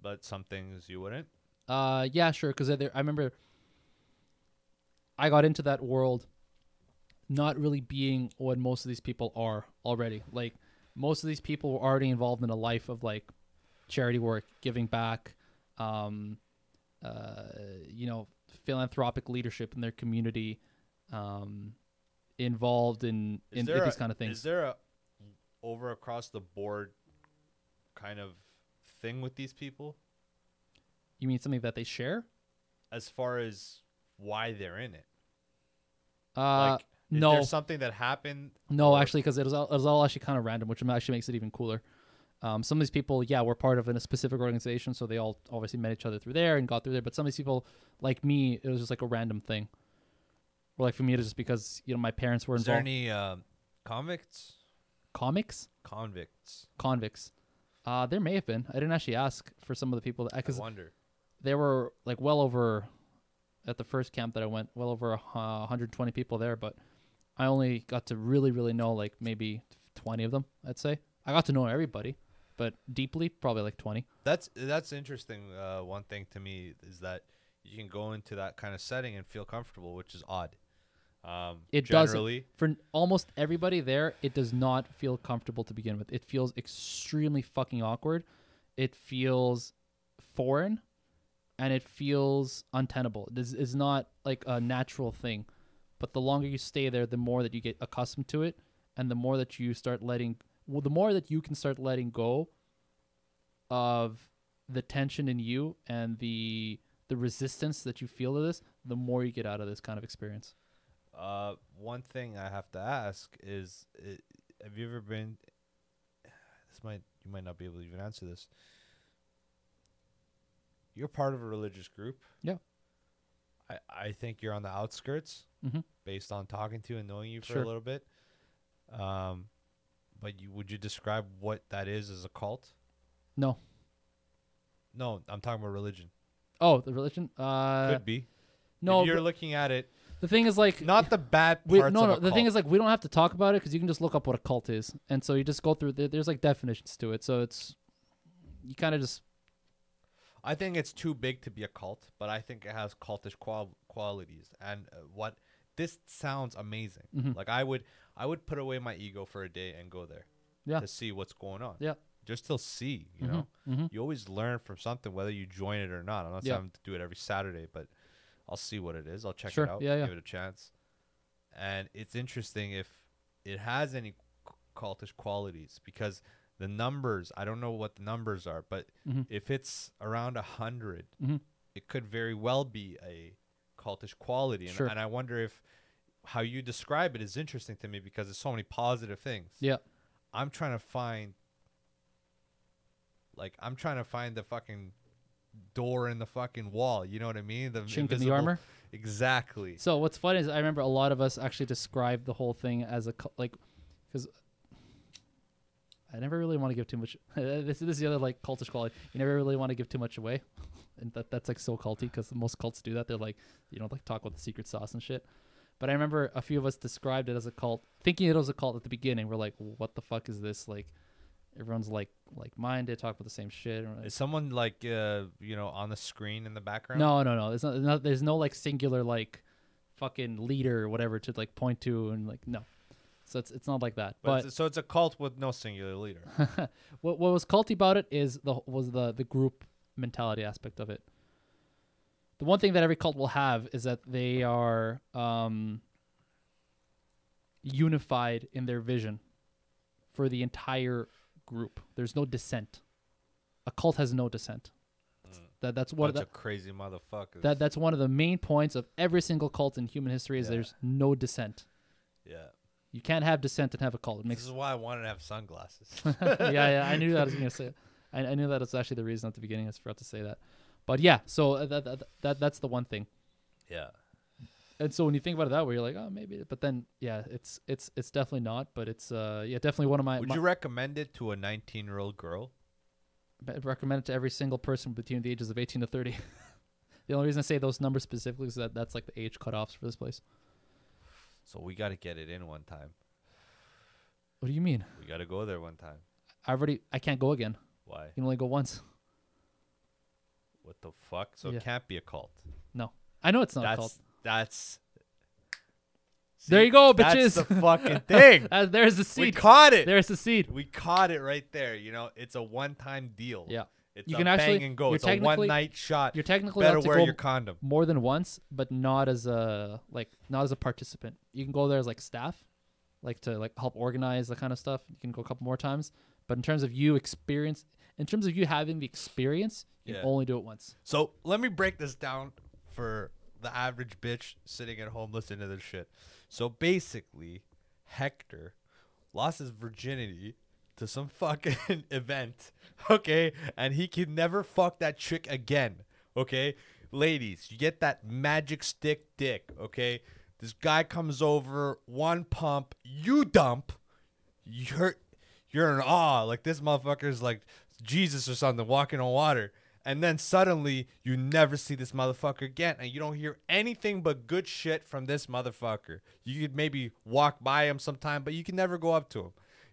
but some things you wouldn't?
Uh, yeah, sure. Because I remember I got into that world not really being what most of these people are already. Like most of these people were already involved in a life of like charity work, giving back, um, uh, you know, philanthropic leadership in their community, um, involved in
Is
in, in
there
these
a-
kind of
Is
things.
there a over across the board kind of thing with these people
you mean something that they share?
as far as why they're in it?
Uh,
like, is
no.
there something that happened?
No,
or-
actually, because it was all, it was all actually kind of random, which actually makes it even cooler. Um, some of these people, yeah, were part of in a specific organization, so they all obviously met each other through there and got through there. But some of these people, like me, it was just like a random thing. Or like for me, it was just because you know my parents were
Is there
involved.
any um convicts?
Comics,
Convicts.
convicts. Uh, there may have been. I didn't actually ask for some of the people
I
because
wonder.
there were like well over at the first camp that I went, well over a hu- 120 people there, but I only got to really, really know like maybe 20 of them, I'd say. I got to know everybody, but deeply, probably like 20.
That's that's interesting. Uh, one thing to me is that you can go into that kind of setting and feel comfortable, which is odd. Um,
It doesn't.
generally,
For n- almost everybody there, it does not feel comfortable to begin with. It feels extremely fucking awkward. It feels foreign and it feels untenable. This is not like a natural thing. But the longer you stay there, the more that you get accustomed to it, and the more that you start letting, well, the more that you can start letting go of the tension in you and the the resistance that you feel to this, the more you get out of this kind of experience.
Uh, one thing I have to ask is, i have you ever been? This might you might not be able to even answer this. You're part of a religious group.
Yeah.
I I think you're on the outskirts,
Mhm.
based on talking to and knowing you for
Sure.
a little bit. Um, but you would you describe what that is as a cult?
No.
No, I'm talking about religion.
Oh, the religion? Uh,
Could be.
no.
if you're
but
looking at it,
the thing is like
not the bad parts.
we,
of
no, no.
a
The thing
cult.
is like we don't have to talk about it because you can just look up what a cult is, and so you just go through. There, there's like definitions to it, so it's you kind of just
I think it's too big to be a cult, but I think it has cultish qual- qualities. And uh, what this sounds amazing.
Mhm.
Like I would, I would put away my ego for a day and go there,
Yeah.
to see what's going on.
Yeah.
just to see. You
Mhm,
know,
mhm.
you always learn from something, whether you join it or not. I'm not
Yeah.
saying I'm to do it every Saturday, but I'll see what it is. I'll check
Sure,
it out.
yeah, yeah.
give it a chance. And it's interesting if it has any c- cultish qualities because the numbers i don't know what the numbers are but
Mhm.
if it's around a 100
Mhm.
it could very well be a cultish quality and,
Sure.
and i wonder if how you describe it is interesting to me because there's so many positive things
yeah.
i'm trying to find like i'm trying to find the fucking door in the fucking wall you know what i mean the
Chink in the
invisible-
armor?
exactly
So what's fun is I remember a lot of us actually described the whole thing as a cul- like because I never really want to give too much. this, this is the other like cultish quality. You never really want to give too much away, and that that's like so culty because most cults do that. They're like you know like talk about the secret sauce and shit. But I remember a few of us described it as a cult, thinking it was a cult at the beginning. We're like, what the fuck is this? Like everyone's like like minded, talk about the same shit. and we're like,
is someone like uh you know on the screen in the background
no, no, no. There's not, not. There's no like singular like fucking leader or whatever to like point to and like no. So it's it's not like that.
but
But,
it's- so it's a cult with no singular leader
what what was culty about it is the was the the group mentality aspect of it. the one thing that every cult will have is that they are um, unified in their vision for the entire group. There's no dissent. A cult has no dissent.
Hmm.
That's, that, that's one
Bunch
of
of
the,
crazy motherfuckers.
that that's one of the main points of every single cult in human history is
Yeah.
there's no dissent.
yeah.
You can't have dissent and have a cult. It
This
makes
is why I wanted to have sunglasses.
yeah, yeah. I knew that I was gonna say. I, I knew that was actually the reason at the beginning. I just forgot to say that. But yeah, so uh, that, that, that that's the one thing.
yeah.
And so when you think about it that way, you're like, oh, maybe. But then, yeah, it's it's it's definitely not. But it's uh, yeah, definitely one of my.
Would
my-
you recommend it to a 19 year old girl?
I'd recommend it to every single person between the ages of 18 to 30. the only reason I say those numbers specifically is that that's like the age cutoffs for this place.
So we got to get it in one time.
What do you mean?
We got to go there one time.
I already I can't go again.
Why?
You can only go once.
What the fuck? So
Yeah.
it can't be a cult.
No, I know it's not a
that's
cult.
that's.
There you go, bitches.
That's the fucking thing.
Uh, there's the
we
seed.
caught it.
There's the seed.
We caught it right there. You know, it's a one-time deal.
Yeah.
It's
You
a
can
bang
actually-
and go.
you're
It's a
technically-
one-night shot.
You're technically
Better
allowed to
wear
go
your condom.
more than once, but not as a like not as a participant. You can go there as like staff, like to like help organize that kind of stuff. You can go a couple more times, but in terms of you experience, in terms of you having the experience, you
Yeah.
can only do it once.
So let me break this down for the average bitch sitting at home listening to this shit. So basically, Hector lost his virginity to some fucking event, okay? And he can never fuck that chick again, okay? Ladies, you get that magic stick dick, okay? This guy comes over, one pump, you dump, you're you're in awe like this motherfucker's like jesus or something walking on water and then suddenly you never see this motherfucker again and you don't hear anything but good shit from this motherfucker you could maybe walk by him sometime but you can never go up to him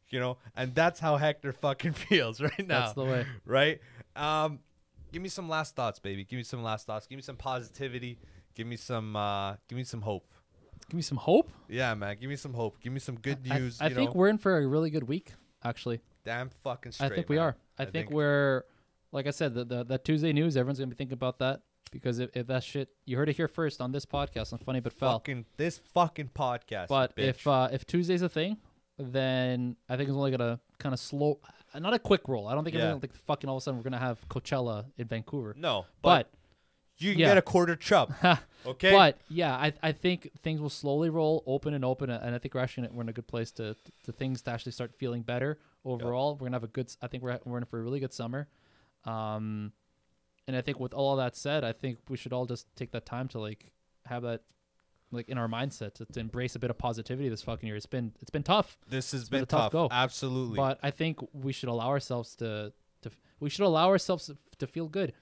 you know and that's how hector fucking feels right now
That's the way.
right um give me some last thoughts baby give me some last thoughts give me some positivity give me some uh give me some hope
Give me some hope.
yeah man give me some hope give me some good
I-
news
I,
you
think
know?
we're in for a really good week, actually.
damn fucking straight
I think we
man.
are. I, think, we're, like I said, the, the, the Tuesday news, everyone's going to be thinking about that because if, if that shit, you heard it here first on this podcast on Funny But Fell.
fucking this fucking podcast.
But
bitch.
if uh, if Tuesday's a thing, then I think it's only going to kind of slow, uh, not a quick roll. I don't think
Yeah.
it's gonna, like fucking all of a sudden we're going to have Coachella in Vancouver.
no, but,
But,
you can
yeah.
get a quarter chub. okay,
but yeah, I, I think things will slowly roll open and open, and I think we're actually in a- we're in a good place to to things to actually start feeling better overall. We're gonna have a good. s- I think we're we're in for a really good summer, um, and I think with all that said, I think we should all just take that time to like have that like in our mindset to, to embrace a bit of positivity this fucking year. It's been it's been tough,
this has
been
been,
a tough
tough.
go.
Absolutely.
but I think we should allow ourselves to to we should allow ourselves to, to feel good.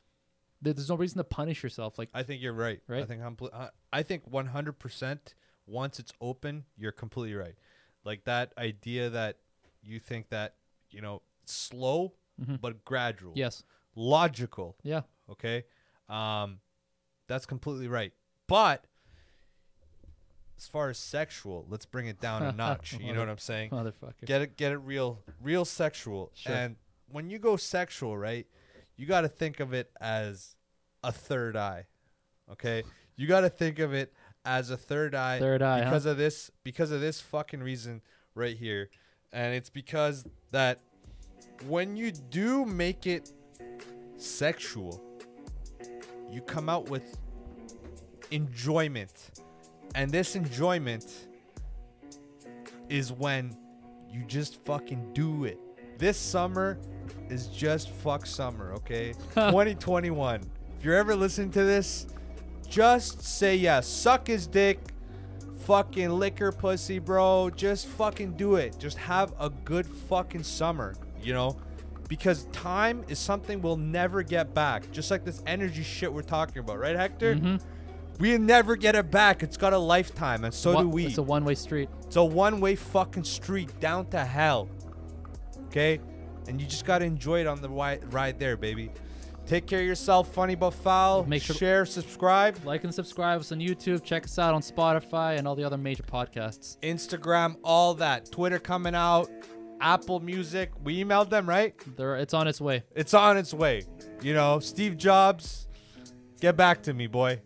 There- There's no reason to punish yourself. Like
I think you're right. I
Right?
think I'm. pl- uh, I think 100. percent Once it's open, you're completely right. Like that idea that you think that you know slow
Mm-hmm.
but gradual.
yes,
Logical.
yeah,
Okay. Um, that's completely right. But as far as sexual, let's bring it down a notch. You know what I'm saying?
motherfucker.
Get it, get it real, real sexual.
Sure.
And when you go sexual, right, you got to think of it as a third eye. Okay, you got to think of it as a third eye.
Third eye, huh?
because of this, because of this fucking reason right here, and it's because that when you do make it sexual, you come out with enjoyment, and this enjoyment is when you just fucking do it. This summer is just fuck summer, okay? 2021. If you're ever listening to this, just say yes. Suck his dick. Fucking liquor pussy, bro. Just fucking do it. Just have a good fucking summer, you know? Because time is something we'll never get back. Just like this energy shit we're talking about, right, Hector? We never get it back. It's got a lifetime, and so
Wa-
do we.
It's a one-way street.
It's a one way fucking street down to hell. Okay? And you just gotta enjoy it on the wi- ride there, baby. Take care of yourself, funny but foul.
Make sure-
share, subscribe.
Like and subscribe us on YouTube. Check us out on Spotify and all the other major podcasts.
Instagram, all that. Twitter coming out. Apple Music. We emailed them, right?
There, it's on its way.
It's on its way. You know, Steve Jobs, Get back to me, boy.